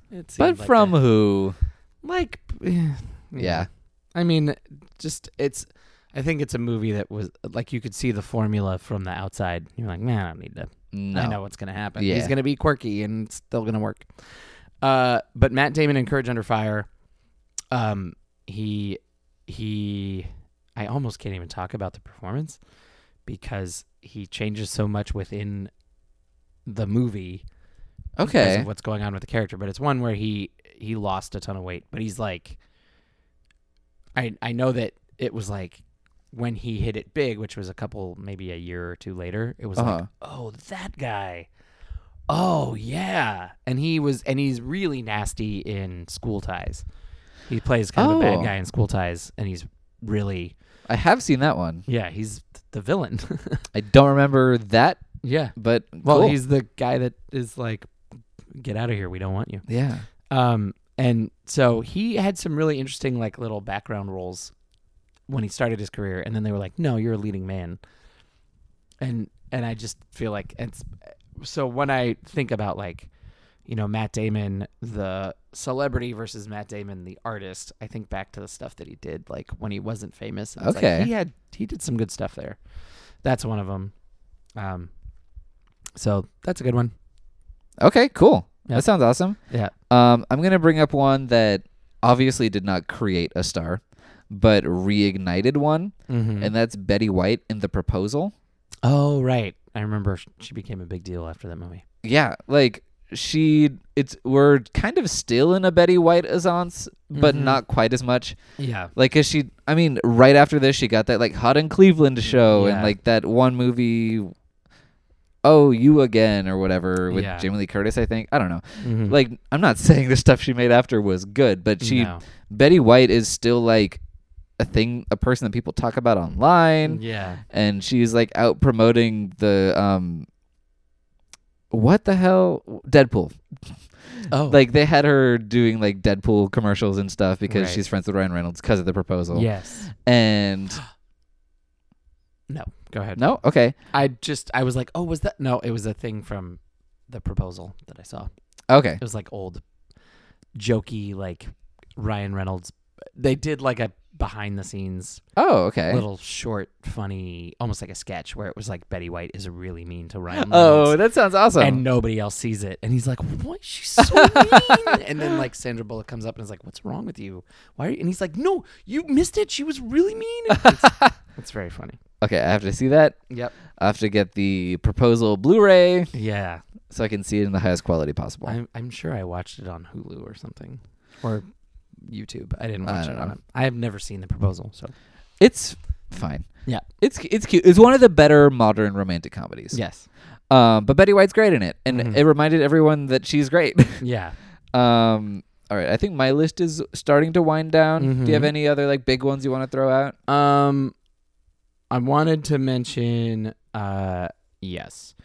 C: It
B: But
C: seemed like
B: from
C: a-
B: who?
C: like eh,
B: Yeah.
C: I mean, just it's. I think it's a movie that was like you could see the formula from the outside. You're like, man, I don't need to.
B: No.
C: I know what's gonna happen. He's
B: Yeah.
C: gonna be quirky and it's still gonna work. Uh, but Matt Damon in Courage Under Fire, um, he he, I almost can't even talk about the performance because he changes so much within the movie because
B: Okay.
C: of what's going on with the character. But it's one where he he lost a ton of weight, but he's like, I I know that it was like when he hit it big, which was a couple maybe a year or two later. It was like,
B: Uh-huh.
C: oh, that guy. Oh yeah, and he was, and he's really nasty in School Ties. He plays kind of a bad
B: Oh.
C: guy in School Ties, and he's really,
B: I have seen that one.
C: yeah, he's the villain.
B: I don't remember that,
C: yeah,
B: but
C: well,
B: cool.
C: he's the guy that is like, get out of here, we don't want you.
B: yeah.
C: Um, and so he had some really interesting like little background roles when he started his career, and then they were like, "No, you're a leading man." And and I just feel like it's so when I think about like you know Matt Damon the celebrity versus Matt Damon the artist, I think back to the stuff that he did like when he wasn't famous. And it's like,
B: Okay.
C: he had he did some good stuff there. That's one of them. Um, so that's a good one.
B: Okay, cool.
C: Yeah.
B: That sounds awesome.
C: Yeah.
B: Um, I'm going to bring up one that obviously did not create a star, but reignited one,
C: Mm-hmm.
B: and that's Betty White in The Proposal.
C: Oh right, I remember sh- she became a big deal after that movie.
B: Yeah, like she it's we're kind of still in a Betty White essence, but
C: Mhm.
B: not quite as much.
C: Yeah,
B: Like, cause she, I mean, right after this, she got that like Hot in Cleveland show
C: Mm, Yeah.
B: and like that one movie, Oh You Again or whatever with
C: Yeah.
B: Jamie Lee Curtis. I think I don't know.
C: Mm-hmm.
B: Like, I'm not saying the stuff she made after was good, but she Betty White is still like a thing, a person that people talk about online,
C: yeah,
B: and she's like out promoting the um, what the hell, Deadpool.
C: oh,
B: Like they had her doing like Deadpool commercials and stuff because
C: Right.
B: she's friends with Ryan Reynolds because of the proposal.
C: yes,
B: And
C: no, go ahead.
B: no, okay,
C: I just I was like, oh, was that no? It was a thing from the proposal that I saw.
B: okay,
C: It was like old, jokey, like Ryan Reynolds. They did like a behind the scenes
B: oh okay.
C: little short, funny, almost like a sketch where it was like Betty White is really mean to Ryan. Reynolds.
B: Oh, that sounds awesome.
C: and nobody else sees it. And he's like, "What? She's so mean." and then like Sandra Bullock comes up and is like, "What's wrong with you? Why?" Are you? And he's like, "No, you missed it. She was really mean." It's, it's very funny.
B: okay, I have to see that.
C: Yep.
B: I have to get the proposal Blu-ray
C: Yeah,
B: so I can see it in the highest quality possible.
C: I'm I'm sure I watched it on Hulu or something, or YouTube. I didn't
B: I
C: watch it
B: don't
C: on.
B: know.
C: it. I have never seen the proposal, so
B: it's fine.
C: Yeah.
B: it's it's cute. It's one of the better modern romantic comedies.
C: yes,
B: Um, but Betty White's great in it, and
C: Mhm.
B: it reminded everyone that she's great.
C: yeah.
B: um, all right, I think my list is starting to wind down. Do you have
C: Mhm.
B: any other like big ones you want to throw out?
C: Um, I wanted to mention, uh, yes.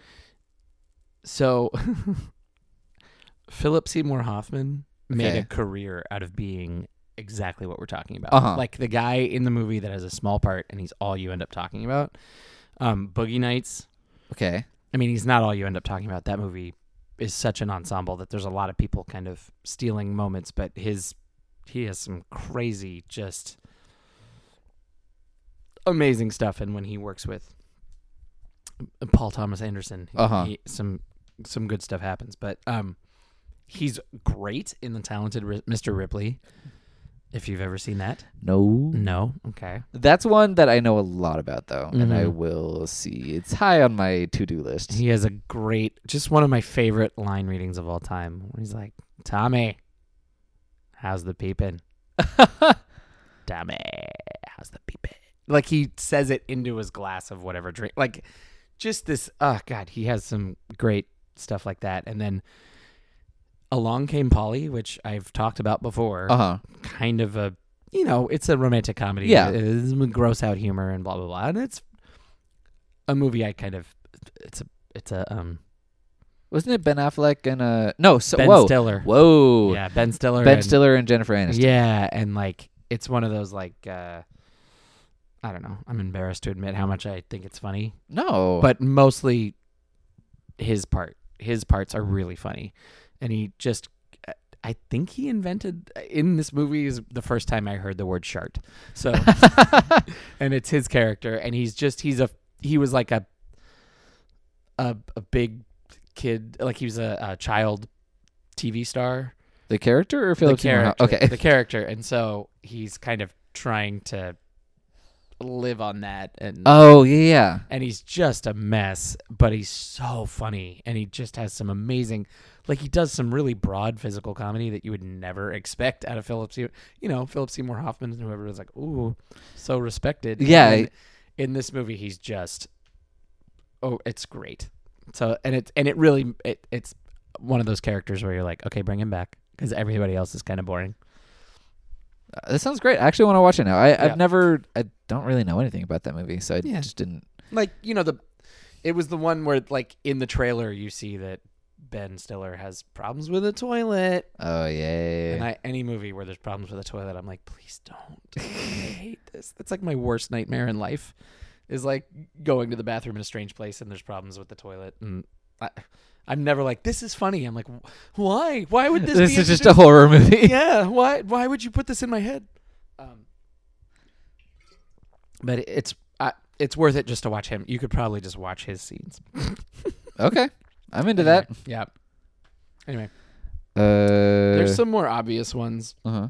C: So, Philip Seymour Hoffman made a
B: Okay.
C: career out of being exactly what we're talking about.
B: Uh-huh.
C: Like the guy in the movie that has a small part and he's all you end up talking about. Um, Boogie Nights.
B: Okay,
C: I mean, he's not all you end up talking about. That movie is such an ensemble that there's a lot of people kind of stealing moments, but his he has some crazy, just amazing stuff. And when he works with Paul Thomas Anderson, he-
B: Uh-huh.
C: he- some some good stuff happens. But um, he's great in the talented Ri- Mr. Ripley. If you've ever seen that,
B: no,
C: no, okay,
B: that's one that I know a lot about though, and I
C: Mhm.
B: will see. It's high on my to-do list.
C: He has a great, just one of my favorite line readings of all time. Where he's like, "Tommy, how's the peeping? Tommy, how's the peeping?" Like he says it into his glass of whatever drink. Like just this. Oh God, he has some great stuff like that. And then along came Polly, which I've talked about before.
B: Uh huh.
C: Kind of a, you know, it's a romantic comedy.
B: Yeah.
C: It is gross out humor and blah blah blah, and it's a movie I kind of it's a it's a um
B: Wasn't it Ben Affleck and uh no so
C: Ben
B: whoa
C: Stiller.
B: whoa
C: Yeah, Ben Stiller.
B: Ben
C: and-
B: Stiller and Jennifer Aniston.
C: Yeah, and like it's one of those like uh I don't know. I'm embarrassed to admit how much I think it's funny,
B: No,
C: but mostly his part. His parts are really funny. And he just I think he invented in this movie is the first time I heard the word shart. So and it's his character and he's just he's a he was like a a, a big kid like he was a, a child TV star
B: the character or Philip
C: the
B: Seymour Hoffman?
C: character,
B: Okay,
C: the character, and so he's kind of trying to live on that, and
B: Oh yeah, yeah.
C: and he's just a mess, but he's so funny, and he just has some amazing, like he does some really broad physical comedy that you would never expect out of Philip Seymour, you know, Philip Seymour Hoffman, and whoever was like, ooh, so respected,
B: Yeah.
C: And in this movie, he's just, oh, it's great. So and it and it really it, it's one of those characters where you're like, okay, bring him back because everybody else is kind of boring.
B: Uh, That sounds great. I actually want to watch it now. I,
C: Yeah.
B: I've never, I don't really know anything about that movie, so I
C: Yeah.
B: just didn't.
C: like you know the it was the one where like in the trailer you see that Ben Stiller has problems with a toilet.
B: Oh yeah.
C: And I, any movie where there's problems with a toilet, I'm like, please don't. I hate this. That's like my worst nightmare in life, is like going to the bathroom in a strange place and there's problems with the toilet. And I, I'm never like, this is funny. I'm like, "Wh- why? Why would this?
B: this
C: be
B: is just a
C: introduced?"
B: horror movie.
C: yeah. Why? Why would you put this in my head? Um, but it- it's I, it's worth it just to watch him. You could probably just watch his scenes.
B: okay, I'm into that.
C: Yeah. Anyway,
B: Uh,
C: there's some more obvious ones,
B: uh-huh.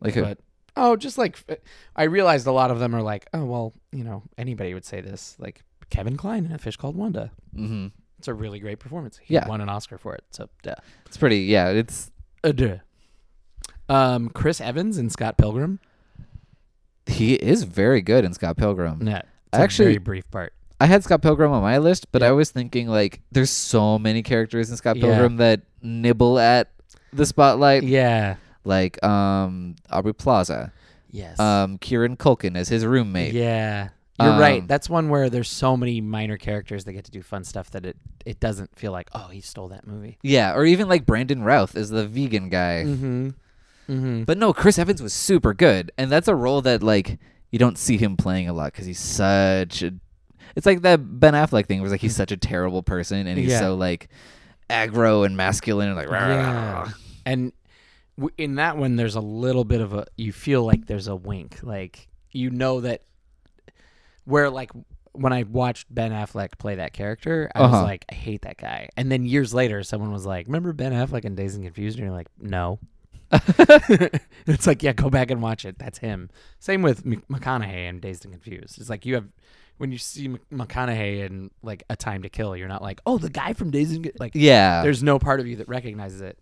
B: like who?
C: but oh, just like f- I realized a lot of them are like, oh well, you know, anybody would say this. Like Kevin Kline in A Fish Called Wanda.
B: hmm
C: It's a really great performance. He
B: Yeah.
C: won an Oscar for it. So duh.
B: It's pretty. Yeah, it's
C: Uh, duh. Um, Chris Evans and Scott Pilgrim.
B: he is very good in Scott Pilgrim.
C: Yeah, it's
B: Actually-
C: a very brief part.
B: I had Scott Pilgrim on my list, but I was thinking like, there's so many characters in Scott
C: Yeah.
B: Pilgrim that nibble at the spotlight,
C: Yeah.
B: like um Aubrey Plaza,
C: Yes.
B: um Kieran Culkin as his roommate.
C: Yeah. You're right.
B: Um,
C: That's one where there's so many minor characters that get to do fun stuff that it, it doesn't feel like, oh, he stole that movie.
B: Yeah, or even like Brandon Routh is the vegan guy.
C: Mm-hmm. Mm-hmm.
B: But no, Chris Evans was super good, and that's a role that like you don't see him playing a lot because he's such a. It's like that Ben Affleck thing, where it's like he's such a terrible person, and he's
C: Yeah.
B: so like aggro and masculine, and like rah, rah, rah.
C: Yeah. And w- in that one, there's a little bit of a, you feel like there's a wink. Like, you know that, where like, when I watched Ben Affleck play that character, I was
B: Uh-huh.
C: like, I hate that guy. And then years later, someone was like, Remember Ben Affleck in Days and Confused? And you're like, No. it's like, yeah, go back and watch it. That's him. Same with M- McConaughey and Dazed and Confused. It's like you have when you see M- McConaughey in like A Time to Kill, you're not like, oh, the guy from Dazed and Con-" like,
B: yeah.
C: there's no part of you that recognizes it.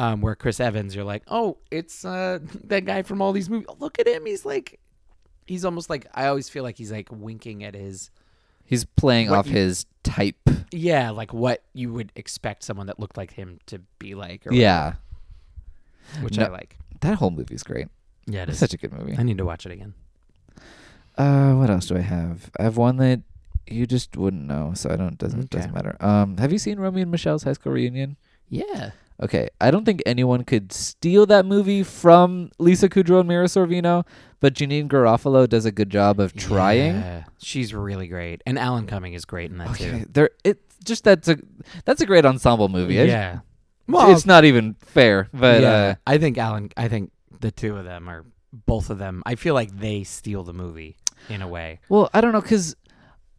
C: Um, where Chris Evans, you're like, oh, it's uh, that guy from all these movies. Look at him. He's like, he's almost like I always feel like he's like winking at his
B: he's playing
C: what
B: off
C: you-
B: his type.
C: yeah, like what you would expect someone that looked like him to be like. Or
B: Yeah,
C: whatever, which
B: No.
C: I like.
B: that whole movie's great.
C: Yeah, it
B: It's
C: is.
B: such a good movie.
C: I need to watch it again.
B: Uh, what else do I have? I have one that you just wouldn't know, so I don't doesn't
C: Okay.
B: doesn't matter. Um, have you seen Romeo and Michelle's High School Reunion?
C: Yeah.
B: Okay, I don't think anyone could steal that movie from Lisa Kudrow and Mira Sorvino, but Janine Garofalo does a good job of trying.
C: Yeah. She's really great, and Alan Cumming is great in that
B: Okay,
C: too.
B: there it just that's a that's a great ensemble movie. I-
C: Yeah.
B: it's not even fair, but uh,
C: I think Alan. I think the two of them are both of them. I feel like they steal the movie in a way.
B: well, I don't know because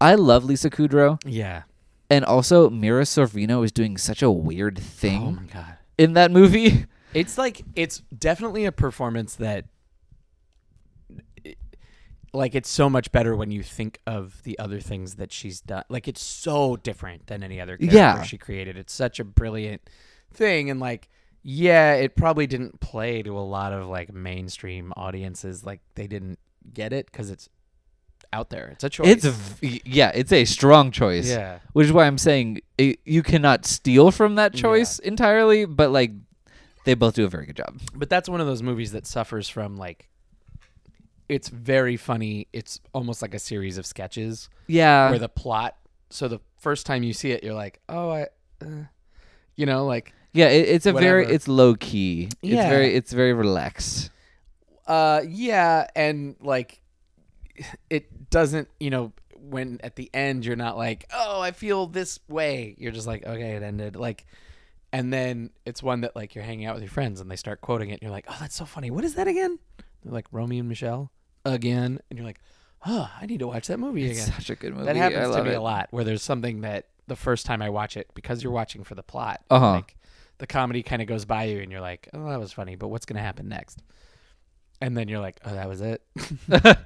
B: I love Lisa Kudrow,
C: Yeah.
B: and also Mira Sorvino is doing such a weird thing
C: Oh my god.
B: in that movie.
C: It's like it's definitely a performance that, like, it's so much better when you think of the other things that she's done. Like, it's so different than any other character
B: Yeah.
C: she created. It's such a brilliant thing, and like. Yeah, it probably didn't play to a lot of like mainstream audiences. Like they didn't get it because it's out there. It's a choice.
B: It's v- yeah, it's a strong choice.
C: Yeah.
B: which is why I'm saying it, you cannot steal from that choice entirely, but like they both do a very good job.
C: But that's one of those movies that suffers from like it's very funny. It's almost like a series of sketches
B: Yeah.
C: where the plot. So the first time you see it, you're like, oh, I, uh, you know, like
B: yeah, it, it's a very
C: whatever.
B: it's low key. It's
C: Yeah.
B: very it's very relaxed.
C: Uh, yeah, and like, it doesn't. You know, when at the end you're not like, oh, I feel this way. You're just like, okay, it ended. Like, and then it's one that like you're hanging out with your friends and they start quoting it. And you're like, oh, that's so funny. What is that again? They're like Romeo and Michelle again, and you're like, oh, I need to watch that movie
B: It's
C: again.
B: such a good movie.
C: That
B: I
C: happens to
B: love
C: me
B: it.
C: a lot, where there's something that the first time I watch it because you're watching for the plot.
B: Uh-huh.
C: Like the comedy kind of goes by you, and you're like, "Oh, that was funny," but what's gonna happen next? And then you're like, "Oh, that was it."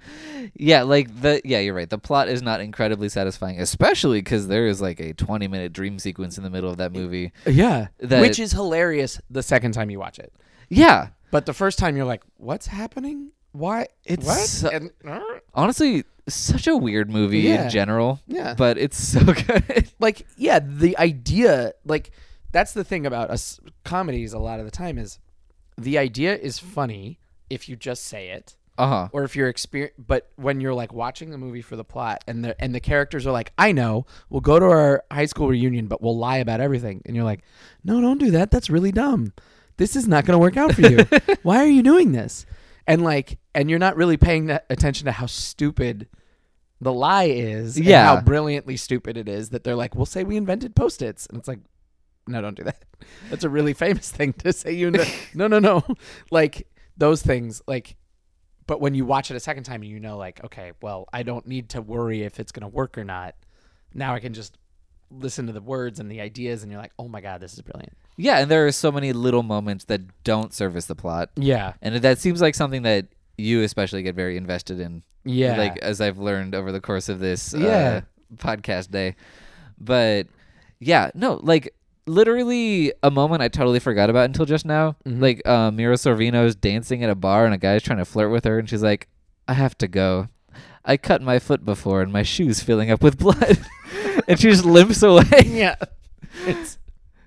B: yeah, like the yeah, you're right. The plot is not incredibly satisfying, especially because there is like a 20 minute dream sequence in the middle of that movie.
C: yeah,
B: That-
C: which is hilarious the second time you watch it,
B: Yeah,
C: but the first time you're like, "What's happening? Why?
B: It's
C: what?"
B: so-
C: And- uh,
B: honestly, such a weird movie
C: Yeah.
B: in general.
C: Yeah.
B: but it's so good.
C: like yeah the idea like that's the thing about us comedies a lot of the time is the idea is funny if you just say it
B: uh huh.
C: or if you're experience but when you're like watching the movie for the plot and the and the characters are like i know we'll go to our high school reunion but we'll lie about everything and you're like no don't do that that's really dumb this is not going to work out for you why are you doing this and like and you're not really paying that attention to how stupid the lie is and
B: Yeah.
C: how brilliantly stupid it is that they're like we'll say we invented post-its and it's like no don't do that that's a really famous thing to say you know no no no like those things like but when you watch it a second time and you know like okay well i don't need to worry if it's going to work or not now i can just listen to the words and the ideas and you're like oh my god this is brilliant
B: Yeah, and there are so many little moments that don't service the plot,
C: yeah
B: and that seems like something that you especially get very invested in.
C: yeah
B: like as I've learned over the course of this
C: Yeah.
B: uh, podcast day. But yeah, no, like literally a moment I totally forgot about until just now.
C: Mm-hmm.
B: Like uh, Mira Sorvino's dancing at a bar and a guy's trying to flirt with her, and she's like, "I have to go. I cut my foot before, and my shoes filling up with blood." and she just limps away.
C: yeah it's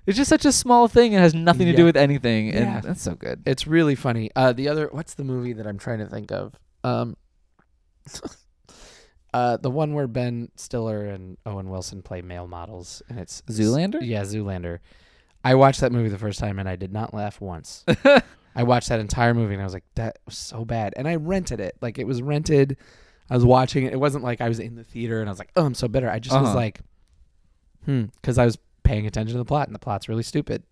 B: It's just such a small thing; it has nothing to do
C: Yeah.
B: with anything, and
C: Yeah.
B: that's so good.
C: it's really funny uh the other what's the movie that i'm trying to think of um uh the one where ben stiller and owen wilson play male models and it's
B: Zoolander?
C: yeah zoolander i watched that movie the first time and i did not laugh once I watched that entire movie and I was like, that was so bad. And I rented it. Like it was rented. I was watching it. It wasn't like I was in the theater and I was like, oh, I'm so bitter. I just was
B: Uh-huh.
C: like, hmm, because I was paying attention to the plot and the plot's really stupid.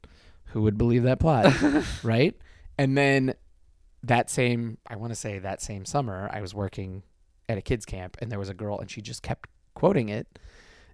C: Who would believe that plot? right? And then that same, I want to say that same summer, I was working at a kids camp and there was a girl and she just kept quoting it.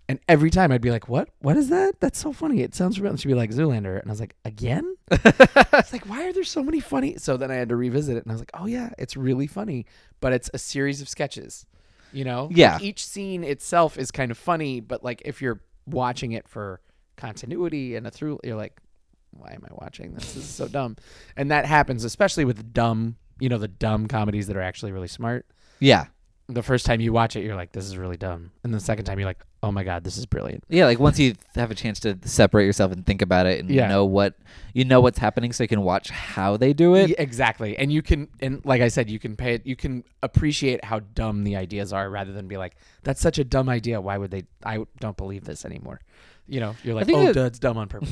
C: And every time I'd be like, "What? What is that? That's so funny. It sounds real." And she'd be like, "Zoolander," and I was like, "Again?" It's like, why are there so many funny? So then I had to revisit it, and I was like, "Oh yeah, it's really funny." But it's a series of sketches, you know. Like,
B: Yeah.
C: each scene itself is kind of funny, but like if you're watching it for continuity and a through, you're like, "Why am I watching this? This is so dumb." And that happens, especially with dumb, you know, the dumb comedies that are actually really smart
B: Yeah,
C: the first time you watch it, you're like, this is really dumb. And the second time, you're like, oh my God, this is brilliant.
B: Yeah, like once you have a chance to separate yourself and think about it and
C: Yeah.
B: know what you know what's happening, so you can watch how they do it.
C: Yeah, exactly. And you can, and like I said, you can pay it, you can appreciate how dumb the ideas are rather than be like, that's such a dumb idea. Why would they, I don't believe this anymore. You know, you're like,
B: think
C: oh,
B: that-
C: duh, it's dumb on purpose.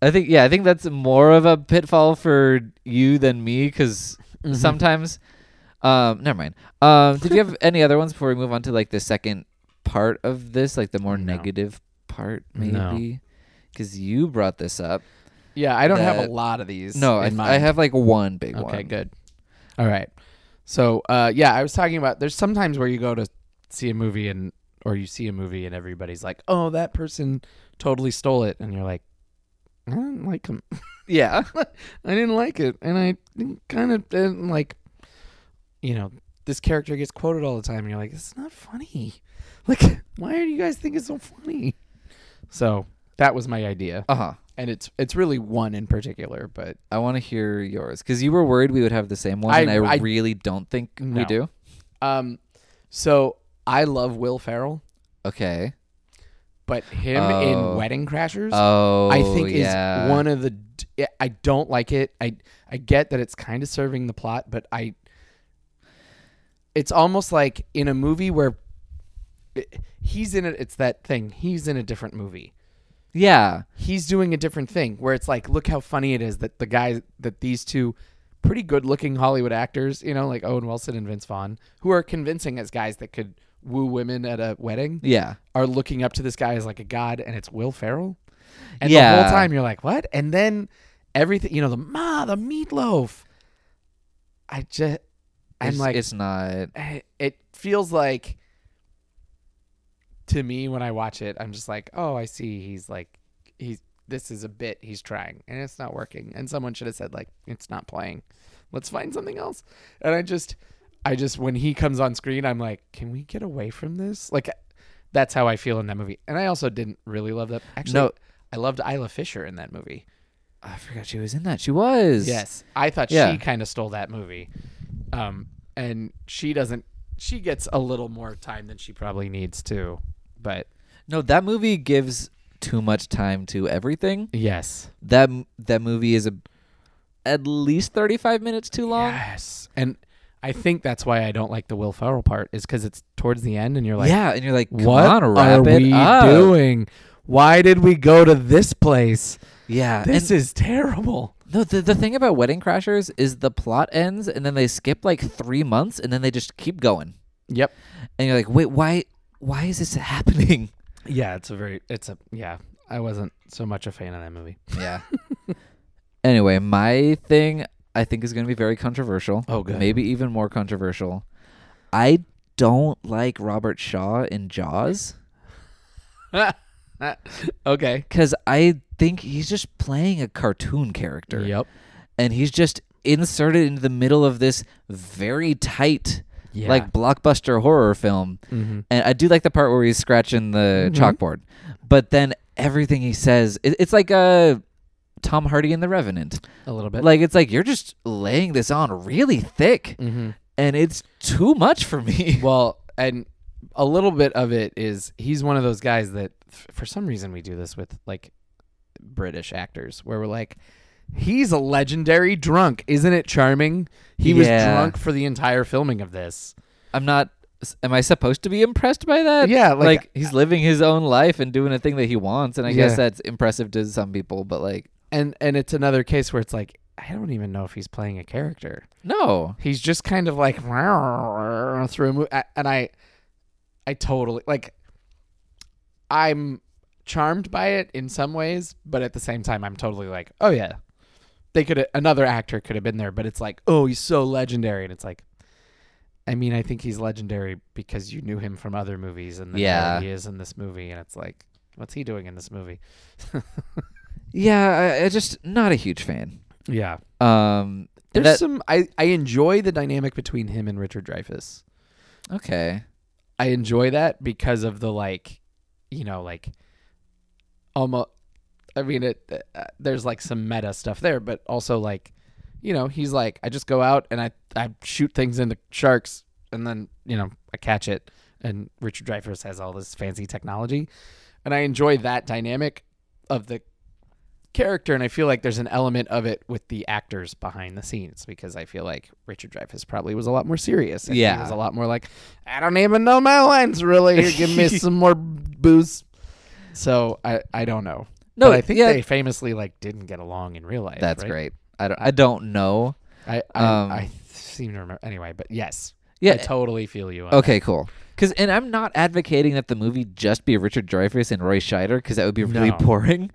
B: I think, yeah, I think that's more of a pitfall for you than me because
C: Mm-hmm.
B: sometimes. Um, never mind. Um, did you have any other ones before we move on to like the second part of this, like the more
C: No.
B: negative part,
C: No.
B: maybe? Because you brought this up.
C: yeah, I don't have
B: That-
C: a lot of these.
B: No, I,
C: in
B: I
C: mind.
B: have like one big one.
C: Okay, good. All right. So, uh, yeah, I was talking about there's sometimes where you go to see a movie and or you see a movie and everybody's like, "Oh, that person totally stole it," and you're like, "I didn't like him.
B: Yeah.
C: I didn't like it, and I kind of didn't like, you know, this character gets quoted all the time, and you're like, it's not funny. Like, why do you guys think it's so funny? So that was my idea,
B: Uh huh.
C: and it's it's really one in particular, but
B: I want to hear yours because you were worried we would have the same one,
C: I-
B: and I,
C: I-
B: really don't think we
C: No.
B: do.
C: um, so I love Will Ferrell.
B: Okay.
C: but him
B: Oh.
C: in Wedding Crashers,
B: Oh,
C: I think
B: yeah.
C: is one of the. d- I don't like it. I I get that it's kind of serving the plot, but I it's almost like in a movie where eh, he's in it. It's that thing. He's in a different movie.
B: Yeah.
C: He's doing a different thing where it's like, look how funny it is that the guy that these two pretty good looking Hollywood actors, you know, like Owen Wilson and Vince Vaughn, who are convincing as guys that could woo women at a wedding,
B: Yeah.
C: are looking up to this guy as like a god, and it's Will Ferrell. And the
B: Yeah.
C: whole time you're like, what? And then everything, you know, the ma, the meatloaf. I just, I'm
B: it's,
C: like,
B: it's not.
C: I- it feels like to me when I watch it, I'm just like, oh, I see. He's like, he's this is a bit he's trying, and it's not working. And someone should have said like, it's not playing. Let's find something else. And I just, I just when he comes on screen, I'm like, can we get away from this? Like, that's how I feel in that movie. And I also didn't really love that. Actually,
B: No.
C: I loved Isla Fisher in that movie.
B: I forgot she was in that. She was.
C: Yes, I thought
B: Yeah.
C: she kind of stole that movie, um, and she doesn't. She gets a little more time than she probably needs to, but
B: No, that movie gives too much time to everything.
C: yes,
B: That m- that movie is a, at least 35 minutes too long.
C: yes, and I think that's why I don't like the Will Ferrell part is because it's towards the end and you're like,
B: yeah, and you're like, Come
C: what
B: on, wrap
C: are
B: it
C: we
B: up.
C: doing? Why did we go to this place?
B: Yeah,
C: This
B: Uh, and
C: is terrible.
B: no, the the thing about Wedding Crashers is the plot ends and then they skip like three months and then they just keep going,
C: Yep.
B: and you're like, wait, why why is this happening?
C: Yeah, it's a very. It's a yeah. I wasn't so much a fan of that movie.
B: Yeah. anyway, my thing I think is going to be very controversial.
C: Oh, good.
B: Maybe even more controversial. I don't like Robert Shaw in Jaws
C: okay.
B: because I think he's just playing a cartoon character.
C: Yep.
B: And he's just inserted into the middle of this very tight,
C: Yeah.
B: like blockbuster horror film.
C: Mhm.
B: And I do like the part where he's scratching the
C: Mm-hmm.
B: chalkboard, but then everything he says, it, it's like uh, Tom Hardy in The Revenant.
C: a little bit.
B: like it's like you're just laying this on really thick
C: Mhm.
B: and it's too much for me
C: Well, and a little bit of it is he's one of those guys that f- for some reason we do this with like British actors where we're like he's a legendary drunk, isn't it charming? He was
B: Yeah.
C: drunk for the entire filming of this.
B: i'm not am i supposed to be impressed by that
C: Yeah, like-
B: he's living his own life and doing a thing that he wants and i
C: Yeah.
B: guess that's impressive to some people but like
C: And and it's another case where it's like I don't even know if he's playing a character.
B: no
C: He's just kind of like through a movie, and I, I totally like. I'm charmed by it in some ways, but at the same time, I'm totally like, oh yeah, they could another actor could have been there, but it's like, oh, he's so legendary, and it's like, I mean, I think he's legendary because you knew him from other movies, and then there
B: Yeah.
C: he is in this movie, and it's like, what's he doing in this movie?
B: yeah I, I just not a huge fan
C: Yeah,
B: um and
C: there's some. I I enjoy the dynamic between him and Richard Dreyfuss.
B: that, okay
C: I enjoy that because of the like, you know, like almost. I mean, it. Uh, there's like some meta stuff there, but also like, you know, he's like, I just go out and I I shoot things into sharks, and then you know I catch it. And Richard Dreyfuss has all this fancy technology, and I enjoy that dynamic of the character. And I feel like there's an element of it with the actors behind the scenes because I feel like Richard Dreyfuss probably was a lot more serious. And he
B: Yeah.
C: was a lot more like, I don't even know my lines really. Here, give me some more booze. So I I don't know.
B: No,
C: But I think
B: yeah.
C: they famously like didn't get along in real life.
B: that's
C: right?
B: great i don't i don't know
C: I I,
B: Um,
C: I seem to remember anyway. But yes, I
B: yeah
C: totally feel you. On
B: Okay, cool. Because and I'm not advocating that the movie just be Richard Dreyfuss and Roy Scheider because that would be really
C: No.
B: boring.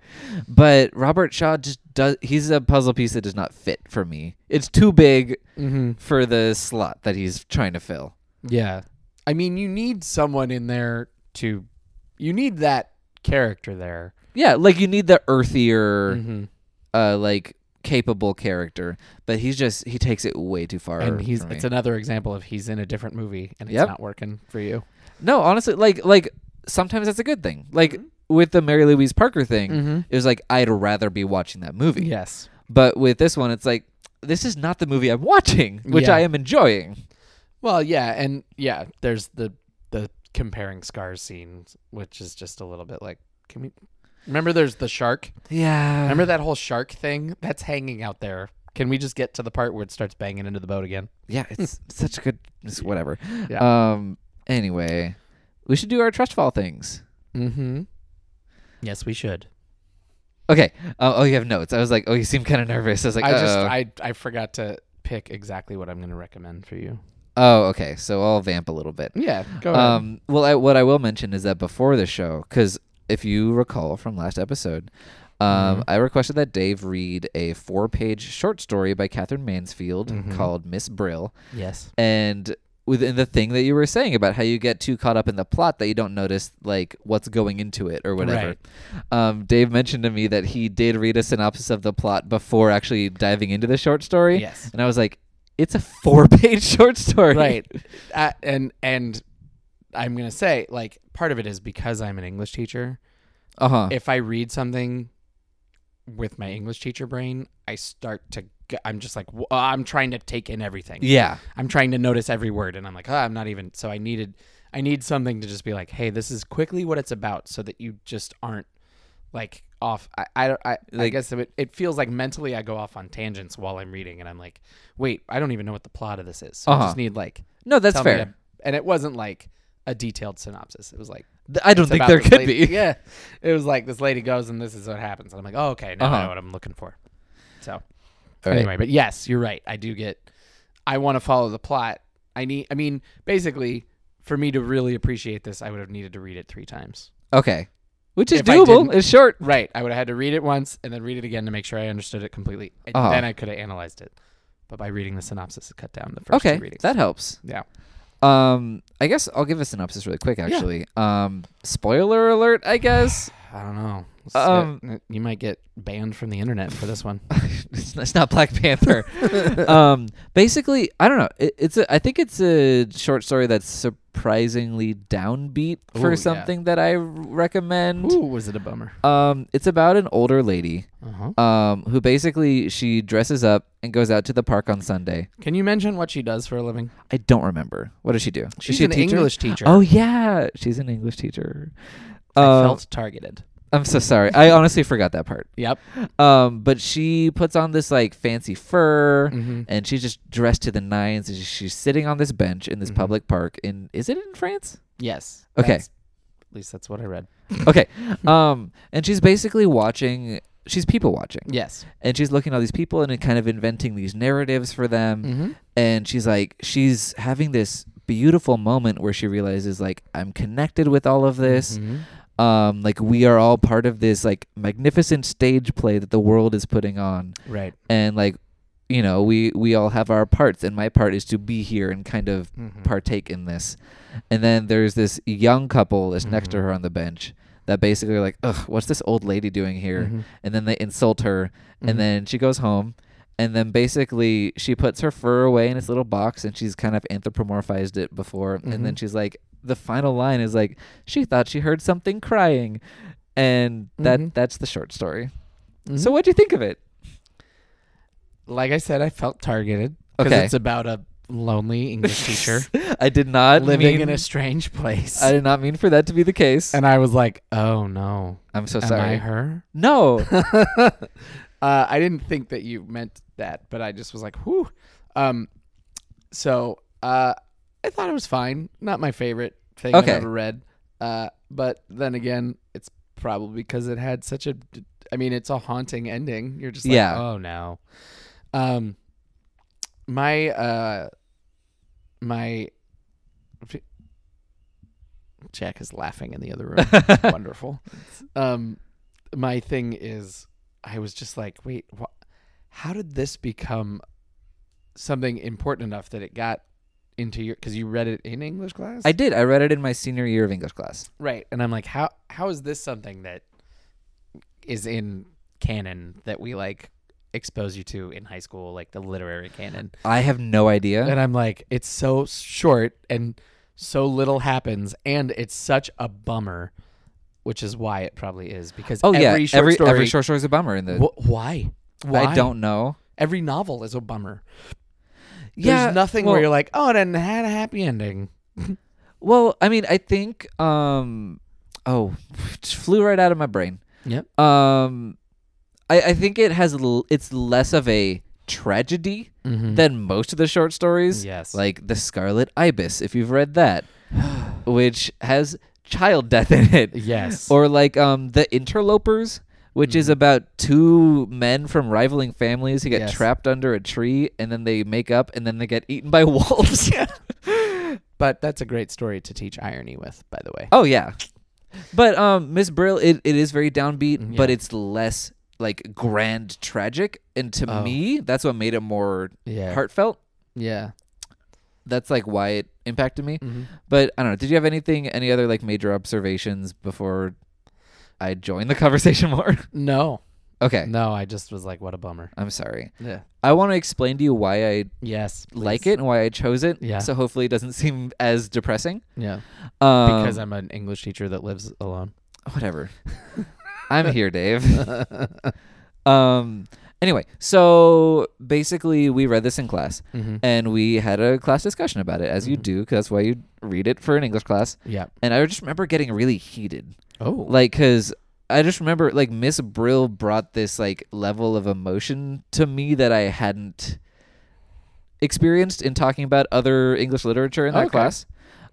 B: But Robert Shaw just does. He's a puzzle piece that does not fit for me. It's too big
C: Mm-hmm.
B: for the slot that he's trying to fill.
C: Yeah. I mean, you need someone in there to, you need that character there.
B: Yeah, like you need the earthier,
C: Mm-hmm.
B: uh, like capable character. But he's just he takes it way too far.
C: And he's,
B: for me.
C: it's another example of he's in a different movie and it's
B: Yep.
C: not working for you.
B: No, honestly, like like sometimes that's a good thing. Like
C: Mm-hmm.
B: with the Mary Louise Parker thing, it was like I'd rather be watching that movie.
C: Yes.
B: But with this one, it's like this is not the movie I'm watching, which
C: Yeah.
B: I am enjoying.
C: Well, yeah. And yeah, there's the, the comparing scars scene, which is just a little bit like, can we, remember there's the shark?
B: Yeah.
C: Uh. Remember that whole shark thing? That's hanging out there Can we just get to the part where it starts banging into the boat again?
B: Yeah, it's such a good. It's whatever.
C: Yeah.
B: Um. Anyway, we should do our trust fall things.
C: Mm-hmm. Yes, we should.
B: Okay. Uh, oh, you have notes. I was like, oh, you seem kind of nervous. I was like,
C: I just
B: uh-oh.
C: I I forgot to pick exactly what I'm going to recommend for you.
B: oh, okay. So I'll vamp a little bit.
C: Yeah, go ahead.
B: Um. Well, I, what I will mention is that before the show, because if you recall from last episode, um,
C: Mm-hmm.
B: I requested that Dave read a four-page short story by Catherine Mansfield
C: Mm-hmm.
B: called Miss Brill.
C: yes.
B: and within the thing that you were saying about how you get too caught up in the plot that you don't notice like what's going into it or whatever um, dave mentioned to me that he did read a synopsis of the plot before actually diving into the short story
C: Yes.
B: and i was like it's a four page short story
C: right uh, and and i'm gonna say like part of it is because i'm an english teacher
B: uh-huh
C: if i read something with my english teacher brain i start to g- i'm just like w- i'm trying to take in everything
B: yeah
C: i'm trying to notice every word and i'm like oh, i'm not even so i needed i need something to just be like hey this is quickly what it's about so that you just aren't like off i i, don't- I, I
B: Like-
C: guess it, it feels like mentally i go off on tangents while i'm reading and i'm like wait i don't even know what the plot of this is so i
B: Uh-huh.
C: just need like
B: no that's
C: tell me
B: fair
C: a- and it wasn't like a detailed synopsis. It was like
B: Th- i don't
C: it's
B: think
C: about
B: there
C: this
B: could
C: lady-
B: be
C: Yeah, it was like this lady goes and this is what happens, and I'm like, oh, okay, now I
B: Uh-huh.
C: know what I'm looking for. So
B: All right.
C: anyway, but yes, you're right. I do get. I want to follow the plot. I need. I mean, basically, for me to really appreciate this, I would have needed to read it three times.
B: okay which is
C: If I
B: doable
C: didn't-
B: it's short
C: Right. I would have had to read it once and then read it again to make sure I understood it completely, and
B: Uh-huh.
C: then I could have analyzed it. But by reading the synopsis, it cut down the first
B: okay
C: two readings.
B: that helps
C: yeah.
B: um i guess i'll give a synopsis really quick actually um spoiler alert i guess
C: I don't know. It's-
B: Um,
C: uh, you might get banned from the internet for this one.
B: it's, not, it's not Black Panther. um, basically, I don't know. It, it's a, I think it's a short story that's surprisingly downbeat
C: Ooh, yeah.
B: for something that I r- recommend.
C: Ooh, was it a bummer?
B: Um, it's about an older lady
C: Uh-huh.
B: um, who basically she dresses up and goes out to the park on Sunday.
C: Can you mention what she does for a living?
B: I don't remember what does she do. Is
C: She's
B: she a
C: an
B: teacher?
C: English teacher.
B: Oh yeah, she's an English teacher.
C: I
B: Uh,
C: felt targeted.
B: I'm so sorry. I honestly forgot that part.
C: Yep.
B: Um, but she puts on this like fancy fur,
C: Mhm.
B: and she's just dressed to the nines. And she's sitting on this bench in this public park. In is it in France?
C: Yes.
B: Okay.
C: That's- At least that's what I read.
B: okay. Um, and she's basically watching. She's people watching,
C: Yes.
B: and she's looking at all these people and kind of inventing these narratives for them.
C: Mm-hmm.
B: And she's like, she's having this beautiful moment where she realizes like I'm connected with all of this. Um, like we are all part of this like magnificent stage play that the world is putting on.
C: Right.
B: and like you know we we all have our parts and my part is to be here and kind of
C: Mm-hmm.
B: partake in this and then there's this young couple that's next
C: Mm-hmm.
B: to her on the bench that basically are like ugh what's this old lady doing here
C: Mm-hmm. er.
B: and then they insult her and then she goes home and then basically she puts her fur away in its little box and she's kind of anthropomorphized it before and
C: Mm-hmm.
B: then she's like the final line is like she thought she heard something crying and that
C: Mhm.
B: that's the short story
C: Mm-hmm.
B: so what'd you think of it
C: Like I said, I felt targeted because
B: Okay.
C: it's about a lonely English teacher
B: I did not
C: living
B: mean,
C: in a strange place.
B: I did not mean for that to be the case.
C: and I was like, "Oh no,
B: I'm so
C: am
B: sorry.
C: I her?"
B: No.
C: uh, I didn't think that you meant that, but I just was like, "Whew." Um, so uh, I thought it was fine. Not my favorite thing
B: Okay.
C: I've ever read. Uh, but then again, it's probably because it had such a. d- I mean, it's a haunting ending. You're just like,
B: Yeah.
C: "Oh no." Um, my uh, my. Jack is laughing in the other room. Wonderful. Um, my thing is I was just like, wait, wha how did this become something important enough that it got into your cuz you read it in English class?
B: I did. I read it in my senior year of English class.
C: right. And I'm like, how how is this something that is in canon that we like expose you to in high school like the literary canon?
B: I have no idea.
C: And I'm like, it's so short and so little happens, and it's such a bummer, which is why it probably is because
B: Oh
C: every
B: yeah,
C: short
B: every
C: story,
B: every short story is a bummer in the
C: Wh- why? Why?
B: I don't know.
C: Every novel is a bummer.
B: yeah.
C: There's nothing
B: well,
C: where you're like, oh, it didn't- had a happy ending.
B: Well, I mean, I think um oh, flew right out of my brain.
C: Yep.
B: Um I I think it has l- it's less of a tragedy
C: Mm-hmm.
B: than most of the short stories.
C: Yes.
B: Like The Scarlet Ibis, if you've read that, which has child death in it.
C: Yes.
B: Or like um The Interlopers, which is about two men from rivaling families who get
C: Mm-hmm. Yes.
B: trapped under a tree and then they make up and then they get eaten by wolves.
C: but that's a great story to teach irony with, by the way.
B: Oh yeah, but um, Miss Brill, it, it is very downbeat, but
C: Mm, yeah.
B: it's less like grand tragic, and to
C: Oh.
B: me, that's what made it more
C: Yeah.
B: heartfelt.
C: Yeah.
B: That's like why it impacted me.
C: Mm-hmm.
B: But I don't know. Did you have anything, any other like major observations before I join the conversation more?
C: No.
B: okay,
C: No, I just was like, what a bummer.
B: I'm sorry.
C: Yeah.
B: I want to explain to you why I
C: Yes. please.
B: like it and why I chose it.
C: Yeah.
B: So hopefully it doesn't seem as depressing.
C: Yeah.
B: Um,
C: Because I'm an English teacher that lives alone.
B: whatever. I'm here, Dave. um anyway, so basically we read this in class
C: Mm-hmm.
B: and we had a class discussion about it as you do cuz that's why you read it for an English class.
C: Yeah.
B: And I just remember getting really heated.
C: Oh.
B: Like cuz I just remember like Miss Brill brought this like level of emotion to me that I hadn't experienced in talking about other English literature in that
C: Okay.
B: class.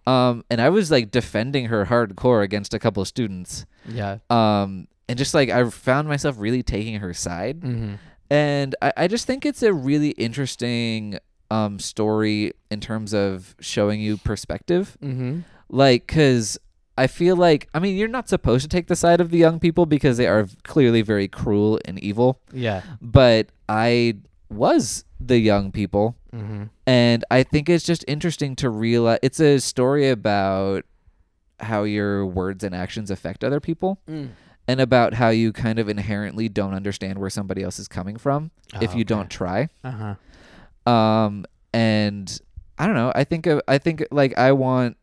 B: Um, and I was like defending her hardcore against a couple of students
C: yeah.
B: um, and just like I found myself really taking her
C: Mm.
B: side,
C: Mm-hmm.
B: and I, I just think it's a really interesting um, story in terms of showing you perspective,
C: Mm-hmm.
B: like because I feel like I mean you're not supposed to take the side of the young people because they are clearly very cruel and evil,
C: Yeah.
B: but I was the young people,
C: Mm-hmm.
B: and I think it's just interesting to realize it's a story about how your words and actions affect other people
C: Mm.
B: and about how you kind of inherently don't understand where somebody else is coming from if you
C: okay.
B: don't try.
C: Uh huh.
B: Um, and I don't know. I think I think like I want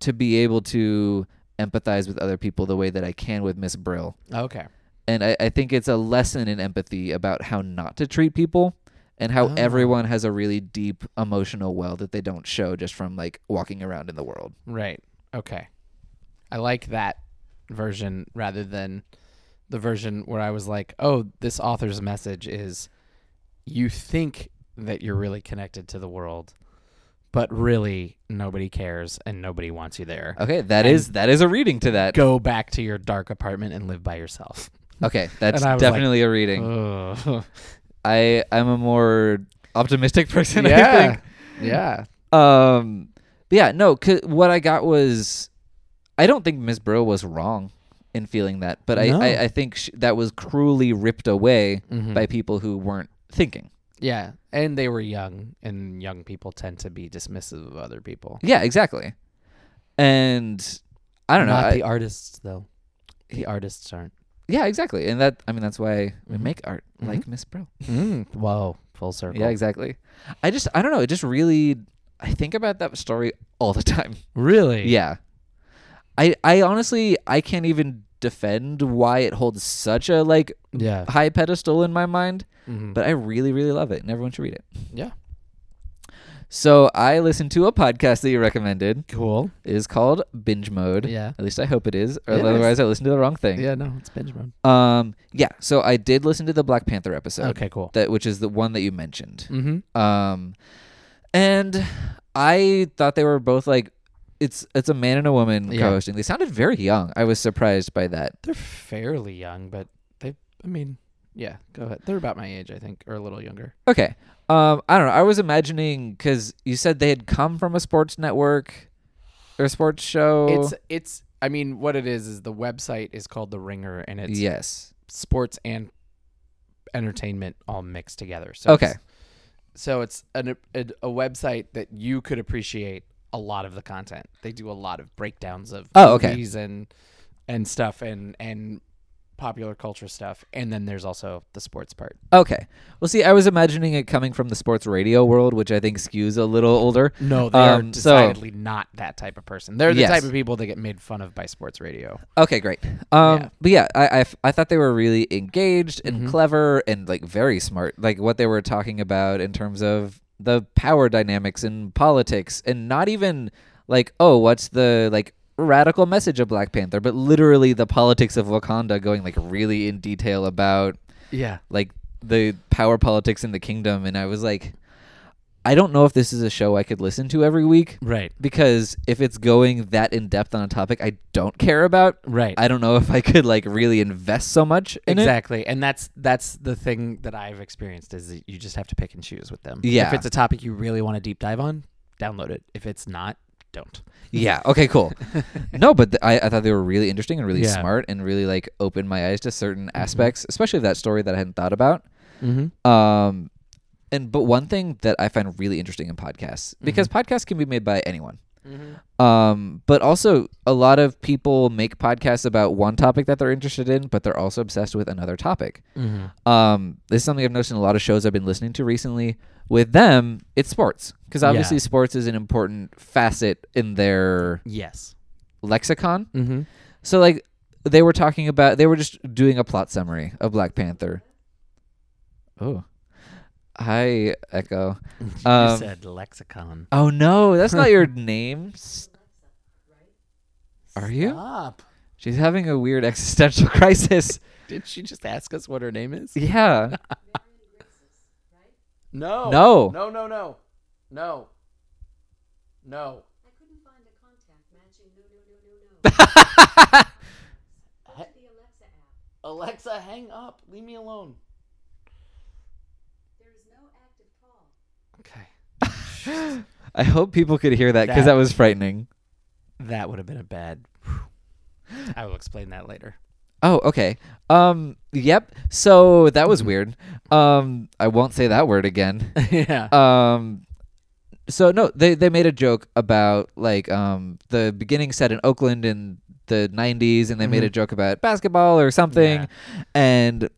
B: to be able to empathize with other people the way that I can with Miss Brill,
C: Okay.
B: and I, I think it's a lesson in empathy about how not to treat people. And how
C: Oh.
B: everyone has a really deep emotional well that they don't show just from like walking around in the world.
C: Right. Okay. I like that version rather than the version where I was like, oh, this author's message is you think that you're really connected to the world, but really nobody cares and nobody wants you there.
B: Okay, that is that is a reading to that.
C: Go back to your dark apartment and live by yourself.
B: Okay, that's
C: And I was like, uh.
B: definitely a reading.
C: Ugh.
B: I I'm a more optimistic person. I
C: yeah.
B: think.
C: Yeah.
B: Um. but Yeah. No. 'cause what I got was, I don't think Ms. Brill was wrong in feeling that, but I
C: No. Mm-hmm.
B: I, I think sh- that was cruelly ripped away by people who weren't thinking.
C: Yeah. And they were young, and young people tend to be dismissive of other people.
B: Yeah. Exactly. And I don't know.
C: Not
B: I-
C: the artists, though. The artists aren't.
B: yeah. Exactly. And that I mean that's why
C: Mm-hmm.
B: we make art like Miss Brill.
C: Whoa, full circle.
B: Mm. Yeah. Exactly. I just I don't know. It just really I think about that story all the time.
C: Really?
B: Yeah. I I honestly I can't even defend why it holds such a like
C: Yeah.
B: high pedestal in my mind, Uh,
C: Mm-hmm.
B: but I really really love it and everyone should read it.
C: Yeah.
B: So I listened to a podcast that you recommended.
C: Cool.
B: It is called Binge Mode.
C: Yeah.
B: At least I hope it is, or
C: It is.
B: otherwise I listened to the wrong thing.
C: Yeah, no, it's binge mode.
B: Um yeah, so I did listen to the Black Panther episode.
C: Okay, cool.
B: That which is the one that you mentioned.
C: Mm-hmm.
B: Um, and I thought they were both like, it's it's a man and a woman
C: Yeah.
B: co-hosting. They sounded very young. I was surprised by that.
C: They're fairly young, but they, I mean, yeah, go ahead. They're about my age, I think, or a little younger.
B: Okay. Um, I don't know. I was imagining because you said they had come from a sports network or sports show.
C: It's, it's, I mean, what it is, is the website is called The Ringer, and it's
B: yes.
C: sports and entertainment all mixed together. So
B: Okay.
C: it's- so it's an, a, a website that you could appreciate a lot of the content. They do a lot of breakdowns of
B: Oh, okay.
C: movies and and stuff and and popular culture stuff. And then there's also the sports part.
B: Okay. Well, see, I was imagining it coming from the sports radio world, which I think skews a little older.
C: No, they are
B: Um, so-
C: decidedly not that type of person. They're the
B: Yes.
C: type of people that get made fun of by sports radio.
B: Okay, great. Um,
C: Yeah.
B: But yeah, I, I f- I thought they were really engaged and clever and like very smart. Like what they were talking about in terms of the power dynamics and politics, and not even like oh, what's the like radical message of Black Panther, but literally the politics of Wakanda, going like really in detail about
C: Yeah.
B: like the power politics in the kingdom, and I was like, I don't know if this is a show I could listen to every week
C: Right.
B: because if it's going that in depth on a topic I don't care about,
C: Right.
B: I don't know if I could like really invest so much in it.
C: exactly. And that's that's the thing that I've experienced is that you just have to pick and choose with them.
B: Yeah.
C: If it's a topic you really want to deep dive on, download it. If it's not, don't.
B: Yeah. Okay. Cool. no, but th- I, I thought they were really interesting and really
C: Yeah.
B: smart and really like opened my eyes to certain aspects, especially of that story that I hadn't thought about.
C: Mm-hmm.
B: Um, and but one thing that I find really interesting in podcasts because podcasts can be made by anyone.
C: Mm-hmm.
B: Um, but also a lot of people make podcasts about one topic that they're interested in, but they're also obsessed with another topic.
C: Mm-hmm.
B: Um, this is something I've noticed in a lot of shows I've been listening to recently. With them, it's sports because obviously
C: Yeah.
B: sports is an important facet in their
C: Yes.
B: lexicon.
C: Mm-hmm.
B: So like they were talking about they were just doing a plot summary of Black Panther. Oh. Hi Echo.
C: you
B: Um,
C: said lexicon.
B: Oh no, that's not your name. S- Are you?
C: Stop.
B: She's having a weird existential crisis.
C: Did she just ask us what her name is?
B: Yeah.
C: No.
B: No.
C: No, no, no. No. No. Alexa, hang up. Leave me alone. Okay.
B: I hope people could hear that cuz
C: That-
B: that was frightening.
C: That would have been a bad. I will explain that later.
B: Oh, okay. Um yep. So that was weird. Um I won't say that word again.
C: yeah.
B: um so no they they made a joke about like um the beginning set in Oakland in the 90s and they made a joke about basketball or something
C: Yeah.
B: and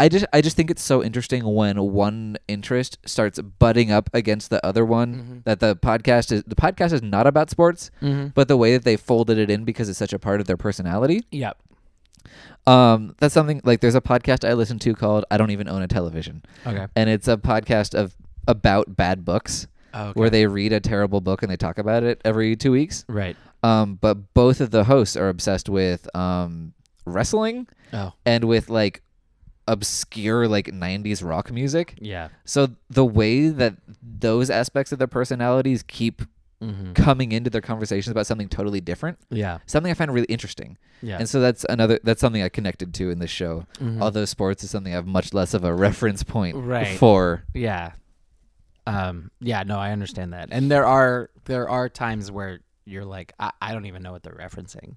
B: I just I just think it's so interesting when one interest starts butting up against the other one that the podcast is the podcast is not about sports
C: Mm-hmm.
B: but the way that they folded it in because it's such a part of their personality
C: Yep.
B: um that's something like there's a podcast I listen to called I don't even own a television
C: Okay.
B: and it's a podcast of about bad books
C: Okay.
B: where they read a terrible book and they talk about it every two weeks.
C: Right.
B: Um, but both of the hosts are obsessed with um, wrestling
C: Oh.
B: and with like obscure like 90s rock music.
C: Yeah.
B: So the way that those aspects of their personalities keep
C: Mm-hmm.
B: coming into their conversations about something totally different,
C: Yeah.
B: something I find really interesting.
C: Yeah.
B: And so that's another that's something I connected to in this show. Although sports is something I have much less of a reference point
C: Right.
B: for.
C: yeah. Um. Yeah. No, I understand that. And there are there are times where you're like, I, I don't even know what they're referencing.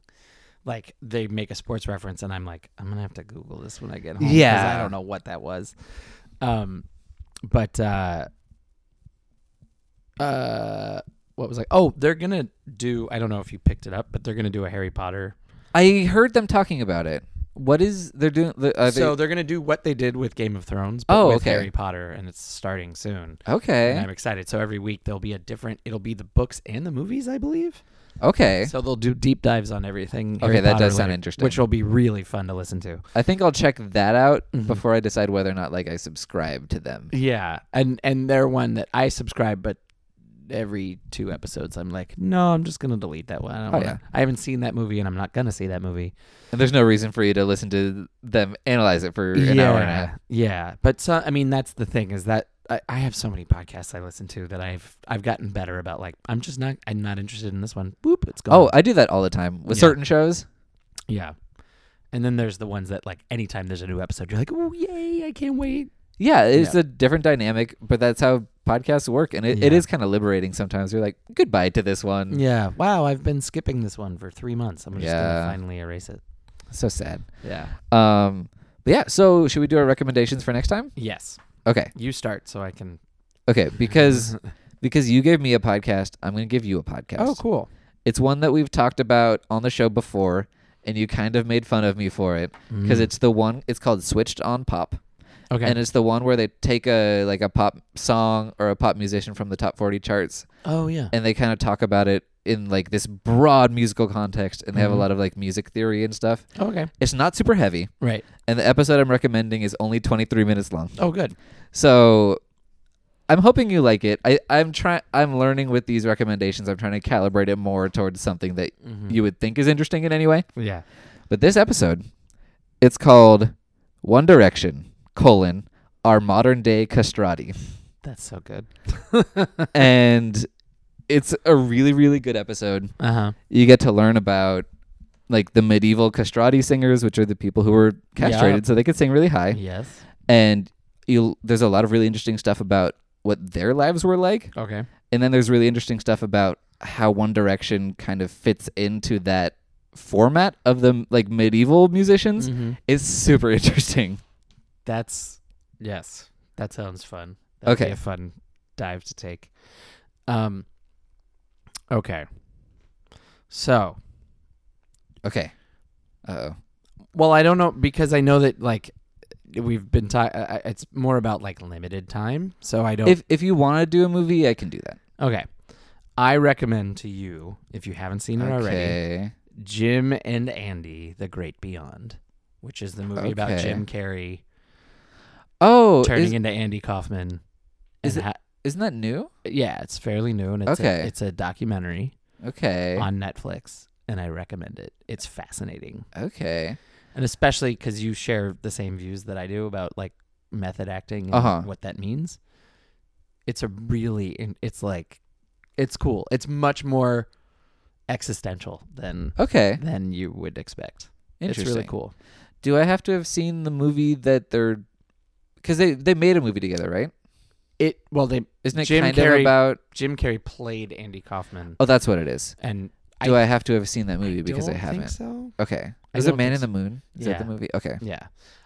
C: Like they make a sports reference, and I'm like, I'm gonna have to Google this when I get home. 'cause
B: Yeah.
C: I don't know what that was. Um. But uh. Uh. What was like? Oh, they're gonna do. I don't know if you picked it up, but they're gonna do a Harry Potter
B: I heard them talking about it. What is they're doing? the- Are they,
C: so they're gonna do what they did with Game of Thrones, but
B: Oh,
C: with
B: okay.
C: Harry Potter, and it's starting soon. And
B: Okay.
C: I'm excited. So every week there'll be a different. It'll be the books and the movies, I believe.
B: Okay.
C: So they'll do deep dives on everything.
B: Okay, that does sound interesting.
C: Which will be really fun to listen to.
B: I think I'll check that out before I decide whether or not like I subscribe to them.
C: Yeah, and and they're one that I subscribe, but every two episodes I'm like, no, I'm just gonna delete that one. I, don't
B: Oh,
C: wanna-
B: yeah.
C: I haven't seen that movie, and I'm not gonna see that movie.
B: And there's no reason for you to listen to them analyze it for an hour and a half.
C: Yeah, but so I mean that's the thing is that I, I have so many podcasts I listen to that I've I've gotten better about like I'm just not I'm not interested in this one. Boop, it's gone.
B: Oh, I do that all the time with
C: Yeah.
B: certain shows.
C: yeah. And then there's the ones that like anytime there's a new episode, you're like, oh yay, I can't wait.
B: Yeah, it's
C: Yeah.
B: a different dynamic, but that's how podcasts work, and it, it
C: Yeah.
B: is kind of liberating sometimes. You're like, goodbye to this one.
C: Yeah. Wow, I've been skipping this one for three months. I'm just
B: Yeah.
C: gonna finally erase it.
B: So sad.
C: Yeah.
B: Um, but yeah, so should we do our recommendations for next time?
C: Yes.
B: Okay,
C: You start so I can.
B: okay, because
C: Oh,
B: because you gave me a podcast, I'm gonna give you a podcast.
C: cool.
B: It's one that we've talked about on the show before, and you kind of made fun of me for it because it's the one. It's called Switched on Pop,
C: Mm. Okay.
B: and it's the one where they take a like a pop song or a pop musician from the top forty charts,
C: oh yeah.
B: and they kind of talk about it in like this broad musical context, and they
C: Mm-hmm.
B: have a lot of like music theory and stuff.
C: okay.
B: It's not super heavy,
C: Right.
B: and the episode I'm recommending is only twenty three minutes long.
C: Oh good.
B: So I'm hoping you like it. I, I'm trying I'm learning with these recommendations. I'm trying to calibrate it more towards something that
C: Mm-hmm.
B: you would think is interesting in any way.
C: Yeah.
B: But this episode, it's called One Direction, colon, our modern day castrati.
C: That's so good. Uh-huh.
B: and it's a really, really good episode.
C: Uh huh.
B: You get to learn about like the medieval castrati singers, which are the people who were castrated so they could sing really high.
C: Yes.
B: And you'll, there's a lot of really interesting stuff about what their lives were like.
C: Okay.
B: And then there's really interesting stuff about how One Direction kind of fits into that format of the like medieval musicians.
C: Mhm.
B: It's super interesting.
C: That's yes. That sounds fun. That'd
B: Okay.
C: Be a fun dive to take. Um. Okay. So,
B: Okay. Uh oh.
C: well, I don't know because I know that like we've been ta- I- I- it's more about like limited time, so I don't
B: If if you want to do a movie, I can do that.
C: Okay. I recommend to you, if you haven't seen it already,
B: Okay.
C: Jim and Andy, The Great Beyond, which is the movie about
B: Okay.
C: Jim Carrey
B: Oh,
C: turning
B: is,
C: into Andy Kaufman.
B: Is
C: and
B: it- isn't that new?
C: ha- yeah, it's fairly new and it's,
B: Okay.
C: a, it's a documentary
B: Okay.
C: on Netflix, and I recommend it. It's fascinating.
B: Okay.
C: And especially because you share the same views that I do about like method acting and
B: Uh-huh.
C: what that means. It's a really, in- it's like, it's cool. It's much more existential than
B: Okay.
C: than you would expect. It's
B: Interesting.
C: really cool.
B: Do I have to have seen the movie that they're cuz they they made a movie together, right?
C: It well, they
B: Isn't it
C: Jim
B: kind of
C: Carrey-
B: about
C: Jim Carrey played Andy Kaufman,
B: Oh, that's what it is.
C: and
B: Do I, have to have seen that movie because I
C: don't
B: haven't?
C: Think so
B: Okay.
C: I
B: Is it
C: don't
B: Man
C: think
B: in the Moon? Is that the
C: Yeah.
B: movie? Okay.
C: yeah,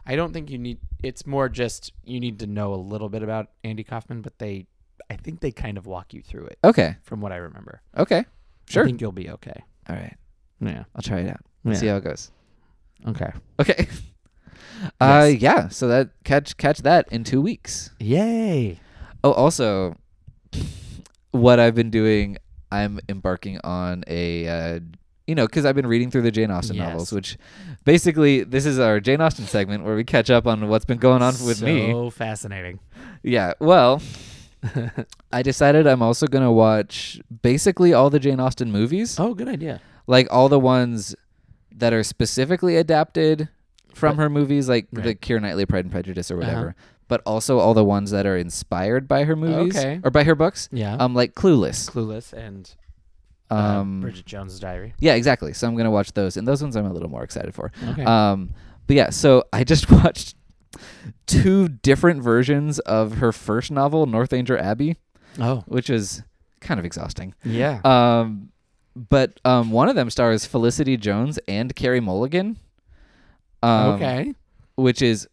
C: I don't think you need. It's more just you need to know a little bit about Andy Kaufman, but they, I think they kind of walk you through it
B: Okay.
C: from what I remember.
B: Okay. Sure.
C: I think you'll be okay.
B: All right.
C: Yeah.
B: I'll try it out.
C: yeah.
B: See how it goes.
C: okay.
B: Okay. Uh yeah, so that catch catch that in 2 weeks.
C: Yay.
B: Oh, also, what I've been doing, I'm embarking on a, uh, you know, because I've been reading through the Jane Austen
C: Yes.
B: novels, which basically this is our Jane Austen segment where we catch up on what's been going on with me.
C: So fascinating.
B: Yeah. Well, I decided I'm also gonna watch basically all the Jane Austen movies,
C: Oh, good idea.
B: like all the ones that are specifically adapted from
C: But-
B: her movies, like
C: Right.
B: the Keira Knightley Pride and Prejudice or
C: Uh-huh.
B: whatever. But also all the ones that are inspired by her movies
C: Okay.
B: or by her books
C: Yeah.
B: um like clueless
C: Clueless and uh,
B: um
C: Bridget Jones' Diary.
B: yeah exactly so i'm gonna watch those and those ones i'm a little more excited for
C: Okay.
B: um but yeah so i just watched two different versions of her first novel northanger abbey
C: oh.
B: which is kind of exhausting
C: Yeah.
B: um but um one of them stars felicity jones and carrie mulligan um,
C: okay.
B: which is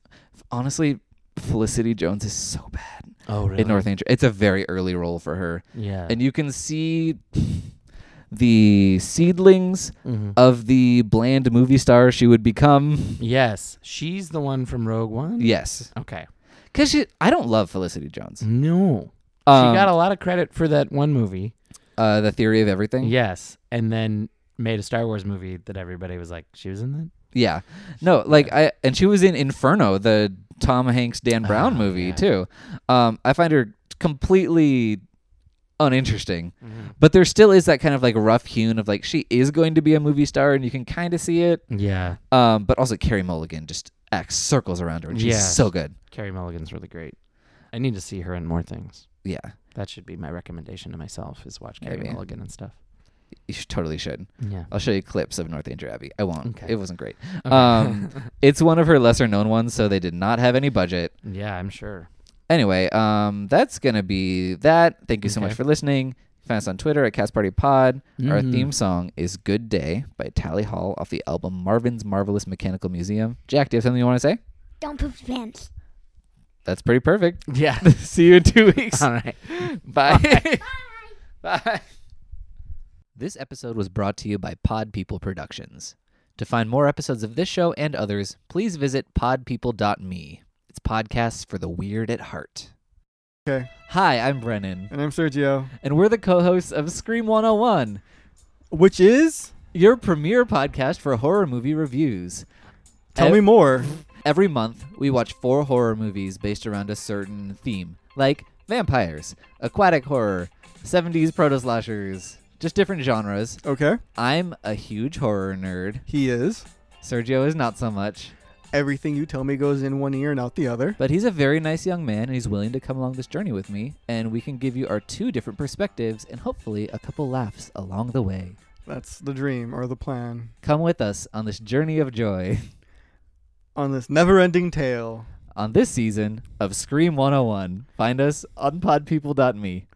B: honestly felicity jones is so bad
C: Oh, really?
B: in northanger it's a very early role for her
C: Yeah.
B: and you can see the seedlings
C: Mhm.
B: of the bland movie star she would become.
C: yes, she's the one from Rogue One.
B: Yes,
C: Okay.
B: because she. I don't love Felicity Jones.
C: No.
B: Um,
C: she got a lot of credit for that one movie.
B: uh, the theory of everything.
C: Yes, and then made a Star Wars movie that everybody was like, she was in that.
B: Yeah. No, like I and she was in Inferno, the Tom Hanks Dan Brown movie
C: Ah, yeah.
B: too. Um, I find her completely uninteresting.
C: Mm-hmm.
B: But there still is that kind of like rough hewn of like she is going to be a movie star and you can kind of see it.
C: Yeah.
B: Um, but also Carrie Mulligan just acts circles around her and she's
C: Yeah.
B: so good.
C: Carrie Mulligan's really great. I need to see her in more things.
B: Yeah.
C: That should be my recommendation to myself is watch Carrie
B: Maybe.
C: Mulligan and stuff.
B: You should, totally should.
C: Yeah.
B: I'll show you clips of Northanger Abbey. I won't.
C: Okay.
B: It wasn't great. Um, it's one of her lesser known ones, so they did not have any budget.
C: yeah, I'm sure.
B: Anyway, um, that's gonna be that. Thank you so much
C: Okay.
B: for listening. Find us on Twitter at Cast Party Pod. Our
C: Mhm.
B: theme song is "Good Day" by Tally Hall off the album Marvin's Marvelous Mechanical Museum. Jack, do you have something you want to say?
D: Don't poop your pants.
B: That's pretty perfect.
C: Yeah.
B: See you in two weeks.
C: All right.
B: Bye. Bye. This episode was brought to you by Pod People Productions. To find more episodes of this show and others, please visit podpeople.me. It's podcasts for the weird at heart.
E: Okay.
B: Hi, I'm Brennan,
E: And I'm Sergio.
B: and we're the co hosts of Scream 101,
E: Which is?
B: your premier podcast for horror movie reviews.
E: Tell
B: Ev-
E: me more.
B: Every month, we watch four horror movies based around a certain theme, like vampires, aquatic horror, 70s proto slashers, just different genres.
E: Okay.
B: I'm a huge horror nerd.
E: He is.
B: Sergio is not so much.
E: everything you tell me goes in one ear and out the other.
B: But he's a very nice young man and he's willing to come along this journey with me, and we can give you our two different perspectives and hopefully a couple laughs along the way.
E: That's the dream or the plan
B: Come with us on this journey of joy
E: on this never-ending tale.
B: oh on this season of Scream 101. Find us on podpeople.me.